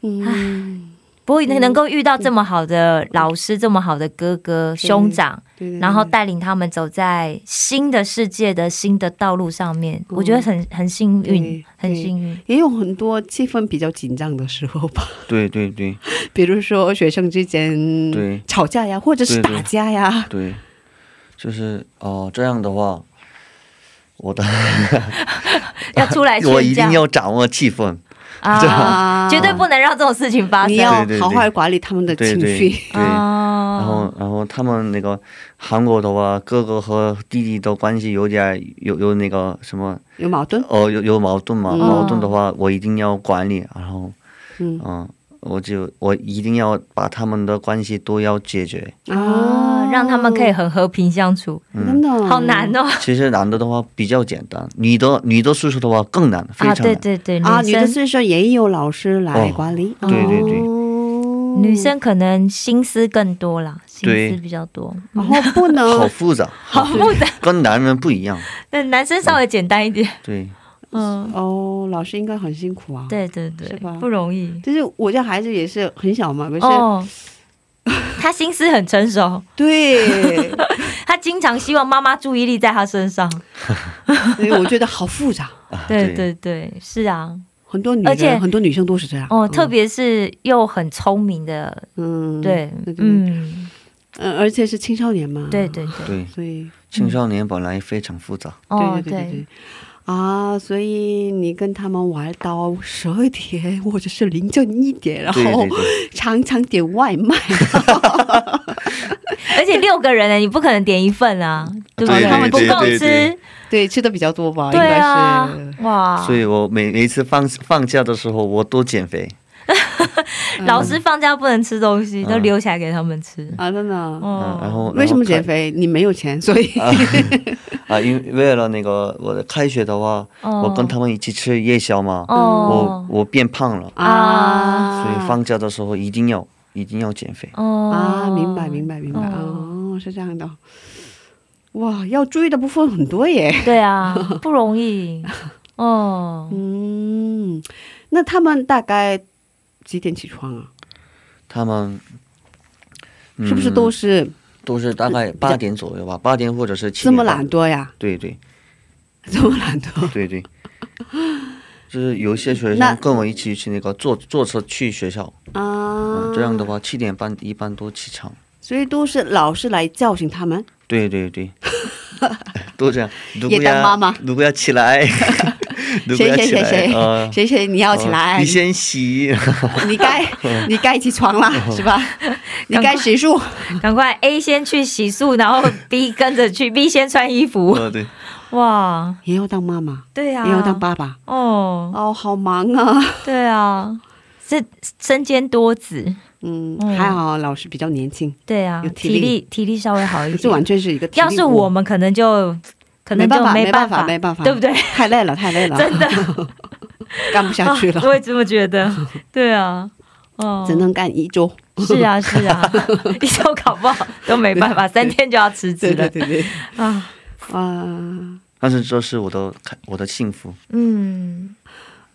S2: 嗯，
S3: 不过能能够遇到这么好的老师，这么好的哥哥兄长，
S2: 对对对
S3: 然后带领他们走在新的世界的新的道路上面，我觉得很很
S2: 嗯
S3: 幸运
S2: 对，
S3: 很幸运。
S2: 也有很多气氛比较紧张的时候吧，
S8: 对对对
S2: 比如说学生之间
S8: 对
S2: 吵架呀，或者是
S8: 对对
S2: 打架呀，
S8: 对，就是哦、这样的话，我的
S3: 要出来劝架
S8: 我一定要掌握气氛，
S3: 啊，
S2: 啊
S3: 绝对不能让这种事情发
S2: 你
S3: 生
S2: 要
S8: 对对对
S2: 好好管理他们的
S8: 对
S2: 情
S8: 对
S2: 绪。
S8: 对。然
S3: 啊！
S8: 后，然后他们那个韩国的话，哥哥和弟弟的关系有点儿有有那个什么
S2: 有矛 盾，
S8: 哦，有有矛盾嘛？
S2: 嗯
S8: 矛盾的话，我一定要管理，然后
S2: 嗯
S8: 嗯，我就我一定要把他们的关系都要解决。
S3: 啊，让他们可以很和平相处，
S2: 真
S8: 嗯，
S2: 的
S3: 好难哦！
S8: 其实男的的话比较简单，女的女的叔叔的话更难，非
S3: 啊，
S8: 常难。
S3: 对对对，
S2: 啊！
S3: 女
S2: 女的
S3: 生
S2: 宿舍也有老师来
S8: 哦
S2: 管理，
S8: 对对对
S2: 哦
S3: 女生可能心思更多啦，心
S8: 对
S3: 思比较多。
S2: 然后不
S8: 好
S2: 能
S8: 复杂，
S3: 好复杂，
S8: 跟男人不一样。
S3: 那男生稍微简单一点。
S8: 对，
S3: 嗯，
S2: 哦，老师应该很辛苦啊。，
S3: 对对对
S2: 是吧，
S3: 不容易。
S2: 就是我家孩子也是很小嘛，可是、
S3: 哦， 他心思很成熟，
S2: 对，
S3: 他经常希望妈妈注意力在他身上。
S2: 所以我觉得好复杂。
S8: 啊
S3: 对对对，是啊，
S2: 很多女
S3: 而且
S2: 人，很多女生都是这样。
S3: 哦，
S2: 嗯
S3: 特别是又很聪明的，
S2: 嗯，
S3: 对
S2: 对，对
S3: 嗯，
S2: 嗯，而且是青少年嘛。
S3: 对，对对，
S8: 对，
S2: 所以
S8: 青少年本来非常复杂。
S3: 哦
S2: 对对对对对。啊，所以你跟他们玩到十二点或者是凌晨一点，
S3: 哦
S2: 然后
S8: 对对对，
S2: 常常点外卖，
S3: 而且六个人呢，你不可能点一份啊，对不
S8: 对
S3: 对？
S8: 对
S3: 不
S8: 对
S3: 够
S8: 对
S3: 吃
S8: 对，
S2: 对，吃的比较多吧，应
S3: 对
S2: 该
S3: 啊
S2: 是。，
S3: 哇
S8: 所！以我每每一次放放假的时候，我都减肥。
S2: 嗯
S3: 老师放假不能吃东西，都留起来给他们吃。
S2: 啊，真的。
S8: 嗯，
S3: 哦，
S8: 然后
S2: 为什么减
S8: 肥？
S2: 肥？你没有钱，所以
S8: 啊，因为为了那个我的开学的话，
S3: 哦
S8: 我跟他们一起吃夜宵嘛，
S3: 哦
S8: 我我变胖了，
S3: 啊
S8: 所以放假的时候一定要一定要减肥。
S3: 哦
S2: 啊，明白明白明白哦，是这样的。哇，要注意的部分很多耶。
S3: 对 啊，不容易。哦，
S2: 嗯，那他们大概几点起床啊？
S8: 他们、嗯
S2: 是不是都是
S8: 都是大概八点左右吧？八点或者是七
S2: 这
S8: 点
S2: 么
S8: 半
S2: 懒？惰呀？
S8: 对对
S2: 这么懒惰？
S8: 对对，就是有些学
S2: 那
S8: 生跟我一起去那个坐坐车去学校，
S2: 啊、
S8: 嗯，这样的话七点半一般都起床。
S2: 所以都是老师来叫醒他们。
S8: 对 对对，都这样。如果
S2: 也当
S8: 要
S2: 妈妈
S8: 如果要 起来，如果
S2: 谁
S8: 要
S2: 谁
S8: 起
S2: 谁
S8: 来，
S2: 谁、
S8: 呃
S2: 谁谁，你要起来，
S8: 呃你先嗯洗。
S2: 你该你该起床了，
S8: 嗯
S2: 是吧？你该洗漱。
S3: 赶快 A 先去洗漱，然后 B 跟着去，B 先穿衣服。
S8: 呃，对，
S3: 哇，
S2: 也要当妈妈，
S3: 对啊，
S2: 也要当爸爸。
S3: 哦，
S2: 哦，好忙啊！
S3: 对啊，这身兼多职，
S2: 嗯，
S3: 嗯
S2: 还好老师比较年轻，
S3: 对啊
S2: 有，体
S3: 体
S2: 力
S3: 力体力稍微好一
S2: 这完全
S3: 点。
S2: 是一个体力活。
S3: 要是我们可能就可能
S2: 没
S3: 就
S2: 办法，没
S3: 办
S2: 法，没办法，
S3: 对不对？
S2: 太累了，太累了，
S3: 真的
S2: 干不下去了
S3: 啊， 我也这么觉得。 对啊，哦，
S2: 只能干一周。
S3: 是啊 是啊，一周搞不好都没办法，三天就要辞职
S2: 对对
S3: 了
S2: 对对，
S3: 啊。
S2: 啊。
S8: 但是这是我的开我的幸福。
S3: 嗯，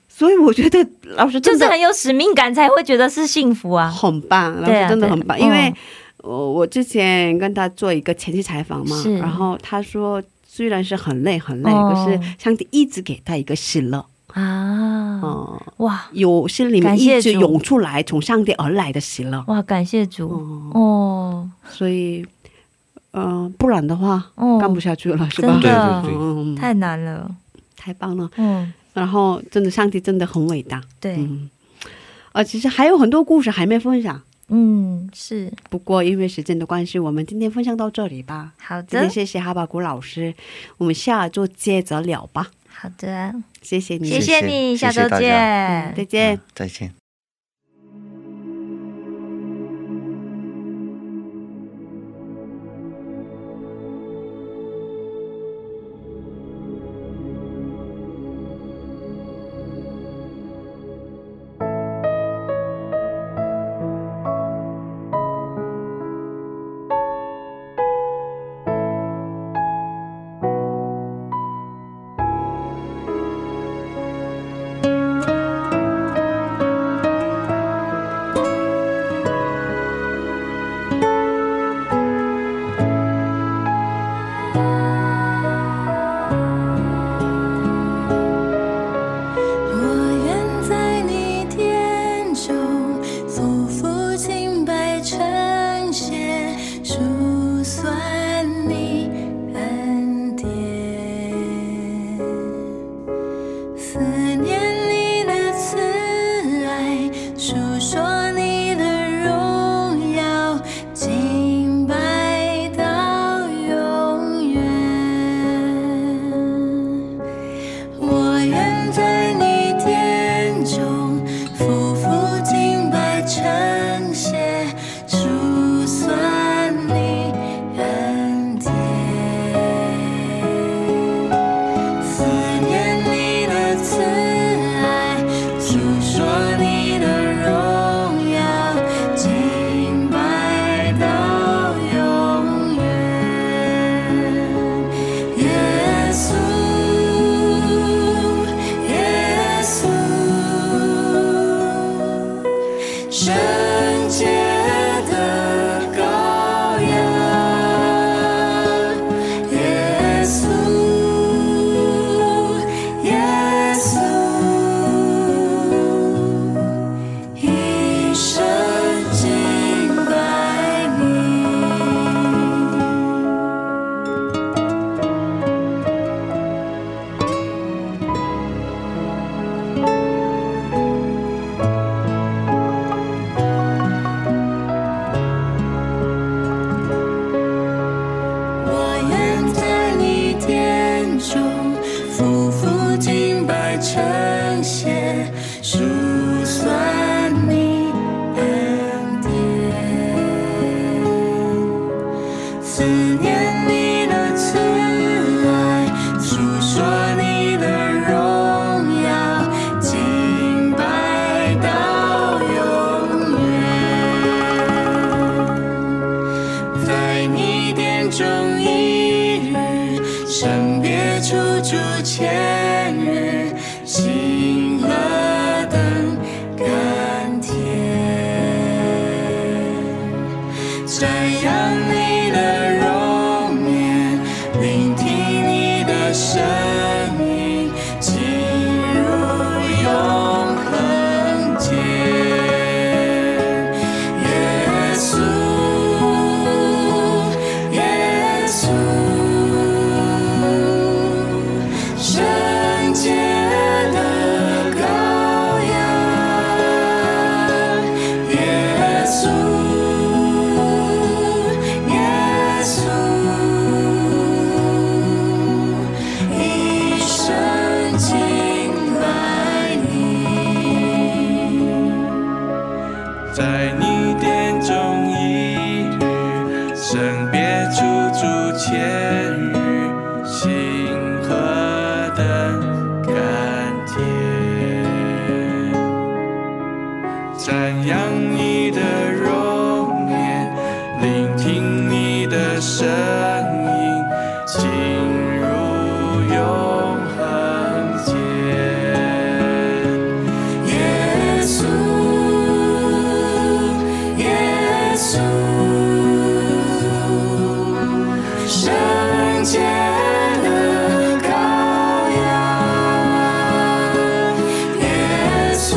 S2: 所以我觉得老师
S3: 就
S2: 真
S3: 是
S2: 的
S3: 很有使命感，才会觉得是幸福啊。
S2: 很棒，老
S3: 对啊
S2: 师真的很棒，
S3: 对啊
S2: 因为
S3: 嗯
S2: 我我之前跟他做一个前期采访嘛
S3: 是，
S2: 然后他说虽然是很累很累，
S3: 哦
S2: 可是上帝一直给他一个喜乐，
S3: 啊，
S2: 哦、
S3: 哇
S2: 有心里
S3: 感
S2: 面
S3: 谢
S2: 一直
S3: 主
S2: 涌出来从上帝而来的喜乐，
S3: 哇，感谢主
S2: 哦、
S3: 哦
S2: 所以，呃，不然的话
S3: 哦，
S2: 干不下去了，是吧
S3: 真？的
S8: 对对对
S2: 嗯，太
S3: 太难了，
S2: 太棒了，
S3: 嗯，
S2: 然后真的上帝真的很伟大，
S3: 对，
S2: 嗯，呃，其实还有很多故事还没分享。
S3: 嗯，是
S2: 不过因为时间的关系，我们今天分享到这里吧。
S3: 好
S2: 今
S3: 的
S2: 天，谢谢哈巴谷老师，我们下周接着聊吧。
S3: 好的，
S2: 谢谢你，
S3: 谢
S8: 谢
S3: 你，
S8: 谢
S3: 下
S8: 谢
S3: 周
S8: 大家
S3: 见，
S2: 再见。
S8: 嗯再见。
S4: 我
S1: 呈现，数算你恩典，思念你的慈爱，诉说你的荣耀，敬拜到永远。在你殿中一日，生别处处千日，心何等甘甜。瞻仰你的容颜，聆听你的声音，进入永恒间。耶稣，耶稣，圣洁的羔羊，耶稣，耶稣，一生敬拜你。
S4: 在你殿中一日，生别处处千日，心何等甘甜！赞扬你的容颜，聆听你的声音，进入永恒间。
S1: 耶稣，耶稣，圣洁的羔羊，耶稣，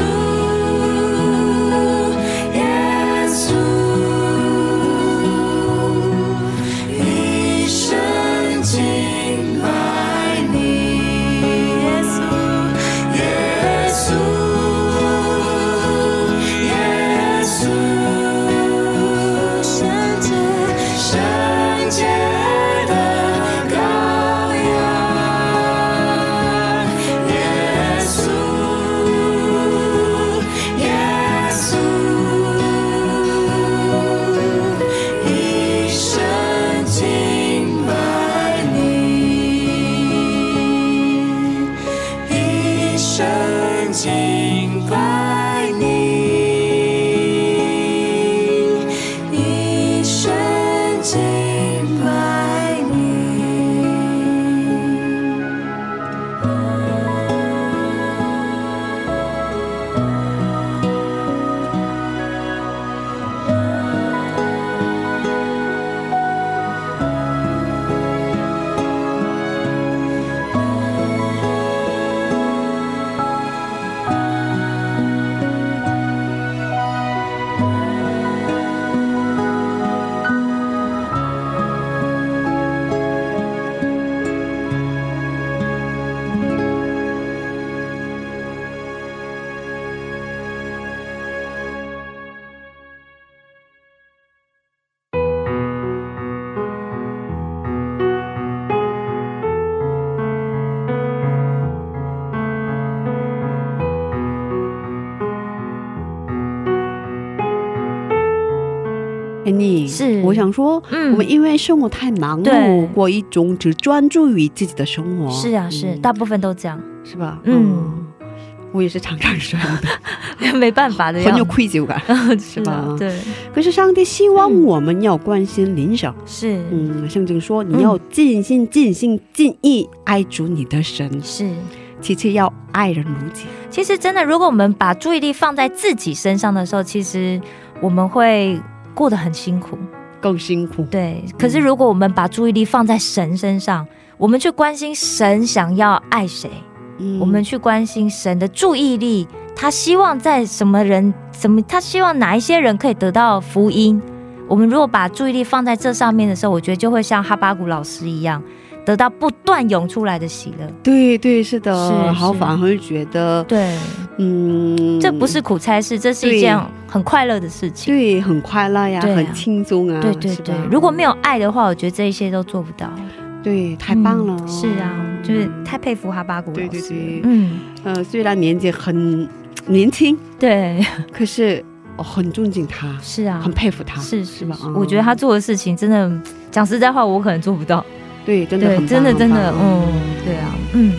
S1: 耶稣，一生敬拜你，耶稣。耶稣，耶稣，圣洁圣洁的羔羊，耶稣，耶稣，一生敬拜你。一生敬拜你，一生敬拜你。
S2: 哎，你
S3: 是
S2: 我想说，
S3: 嗯
S2: 我们因为生活太忙
S3: 对
S2: 碌，过一种只专注于自己的生活。
S3: 是啊，是，
S2: 嗯
S3: 大部分都这样，
S2: 是吧？
S3: 嗯，
S2: 我也是常常这样的，
S3: 没办法的
S2: 很
S3: 样
S2: 有
S3: 子，
S2: 愧疚感。
S3: 是吧
S2: 吧？
S3: 对，
S2: 可是上帝希望我们要关心邻舍。
S3: 是、
S2: 嗯，圣经说你要尽心、尽心、尽意爱主你的神，
S3: 是。
S2: 其次要爱人如己。
S3: 其实真的，如果我们把注意力放在自己身上的时候，其实我们会过得很辛苦。
S2: 更辛苦，
S3: 对，可
S2: 嗯
S3: 是如果我们把注意力放在神身上，我们去关心神想要爱谁，
S2: 嗯
S3: 我们去关心神的注意力，他希望在什么人，什么，他希望哪一些人可以得到福音。我们如果把注意力放在这上面的时候，我觉得就会像哈巴谷老师一样，得到不断涌出来的喜乐。
S2: 对对是的，
S3: 是
S2: 然后
S3: 是
S2: 反而觉得，
S3: 对，
S2: 嗯，
S3: 这不是苦差事，这是一
S2: 对
S3: 件很快乐的事情。
S2: 对很快乐呀，
S3: 对啊
S2: 很轻松啊，
S3: 对对
S2: 是吧
S3: 对，如果没有爱的话，我觉得这一些都做不到。
S2: 对太棒了、
S3: 嗯是啊，我觉就是太佩服哈巴谷
S2: 对
S3: 老
S2: 对
S3: 师。
S2: 对，
S3: 嗯，
S2: 呃，虽然年纪很年轻，
S3: 对，
S2: 可是我很尊敬他，
S3: 是啊
S2: 很，佩服他，
S3: 是是
S2: 吧
S3: 吧？？
S2: 嗯
S3: 我觉得他做的事情真的，讲实在话，我可能做不到。
S2: 对，真的
S3: 对
S2: 很，棒
S3: 真的真的，
S2: 很棒
S3: 嗯，对啊，嗯，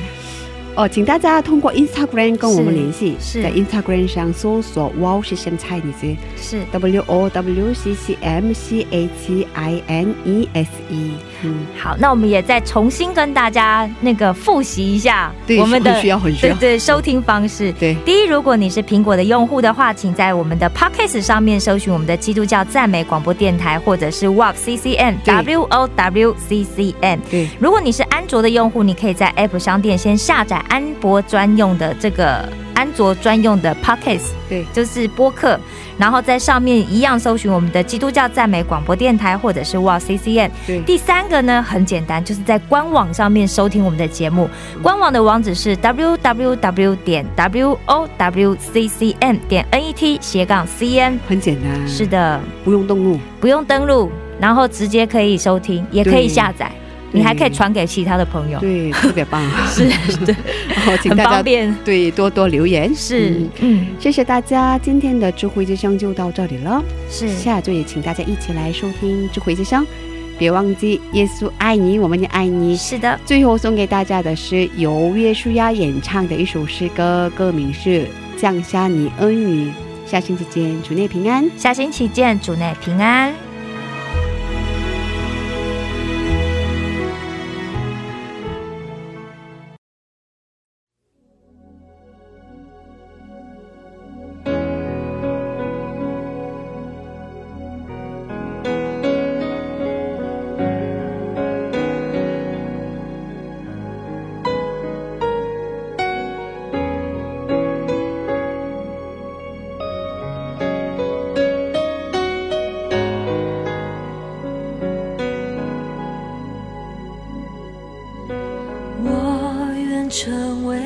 S2: 哦，请大家通过 Instagram 跟我们联系，
S3: 是
S2: 在 Instagram 上搜索 Wow System Chinese
S3: 是。
S2: W O W C C M C A T I N E S E，嗯，
S3: 好，那我们也再重新跟大家那个复习一下
S2: 对，
S3: 我们的
S2: 很需要很需
S3: 对
S2: 要
S3: 对收听方式。
S2: 对
S3: 第一，如果你是苹果的用户的话，请在我们的 Podcast 上面搜寻我们的基督教赞美广播电台，或者是 WOW CCM
S2: 对
S3: W O W C C M。
S2: 对
S3: 如果你是安卓的用户，你可以在 App 商店先下载安博专用的这个安卓专用的 Podcast，
S2: 对
S3: 就是播客，然后在上面一样搜寻我们的基督教赞美广播电台或者是 WOW CCM。
S2: 对
S3: 第三个呢，很简单，就是在官网上面收听我们的节目。官网的网址是 www 点 w o w c c m 点 n e t 斜杠 c n。
S2: 很简单，
S3: 是的，
S2: 不用动怒，
S3: 不用登录，然后直接可以收听，也可
S2: 对
S3: 以下载，
S2: 对
S3: 你还可以传给其他的朋友，
S2: 对，特别棒，
S3: 是， 对，
S2: 哦，请
S3: 很
S2: 大
S3: 方
S2: 家
S3: 便。
S2: 对多多留言，
S3: 是
S2: 嗯，
S3: 嗯，
S2: 谢谢大家，今天的智慧之声就到这里了。
S3: 是，
S2: 下周也请大家一起来收听智慧之声，别忘记耶稣爱你，我们也爱你。
S3: 是的，
S2: 最后送给大家的是由约书亚演唱的一首诗歌，歌名是《降下你恩雨》。下星期见，主内平安。
S3: 下星期见，主内平安。
S1: 我愿成为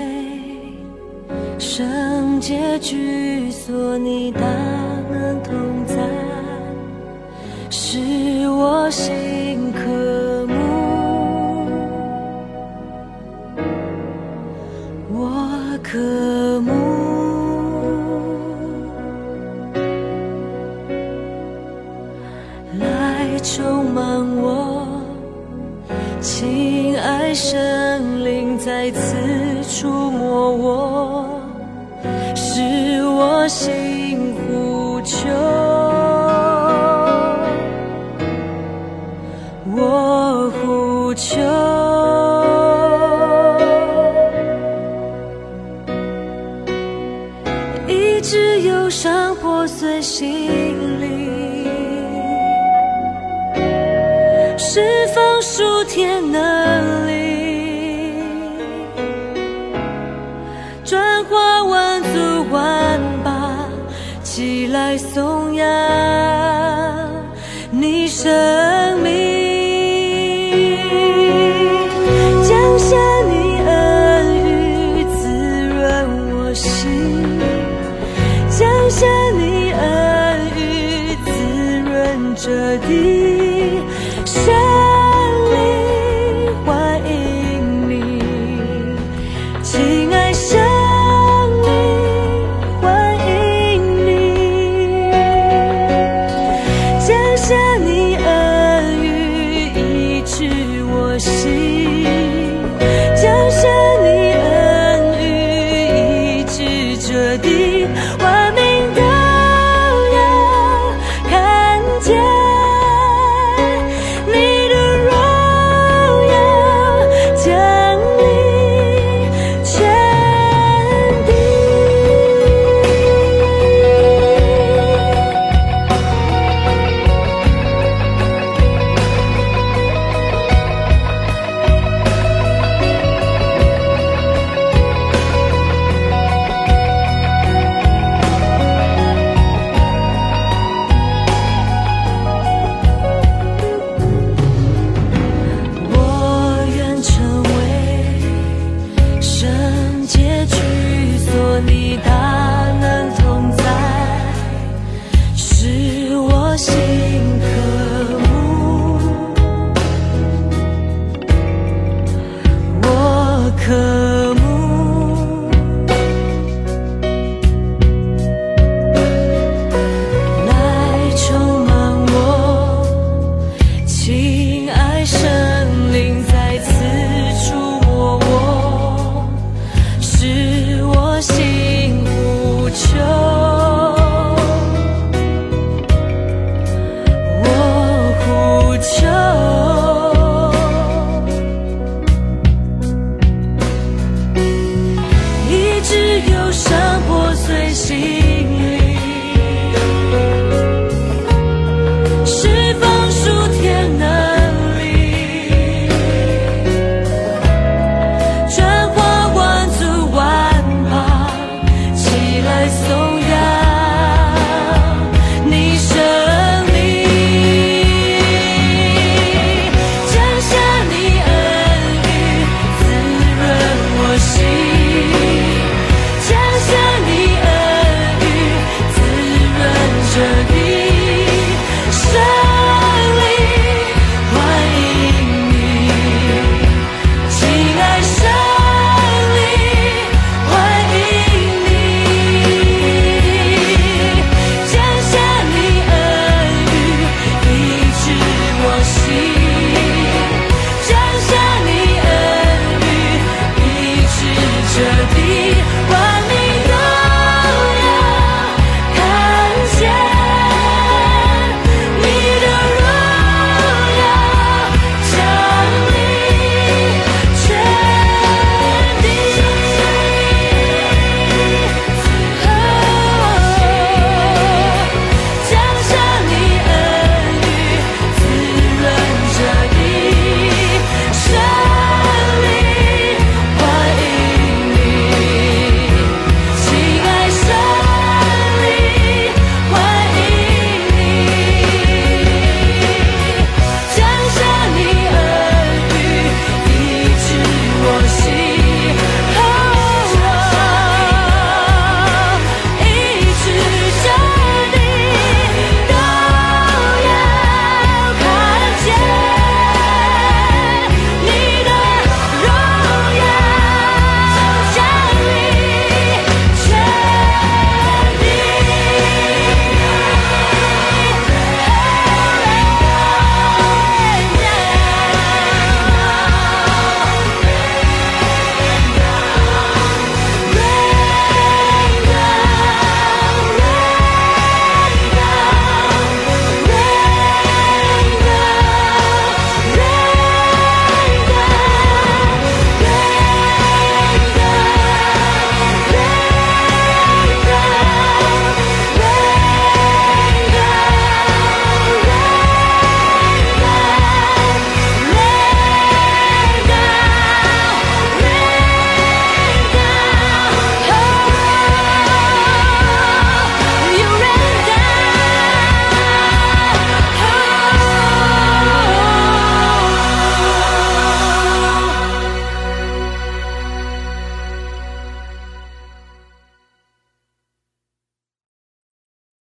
S1: 圣洁居所，你大能同在，使我心渴慕。我渴慕。来充满我，亲爱神灵再次触摸我，使我心呼求。我呼求，医治忧伤破碎心灵。释放属天能力，转化万族万邦，起来颂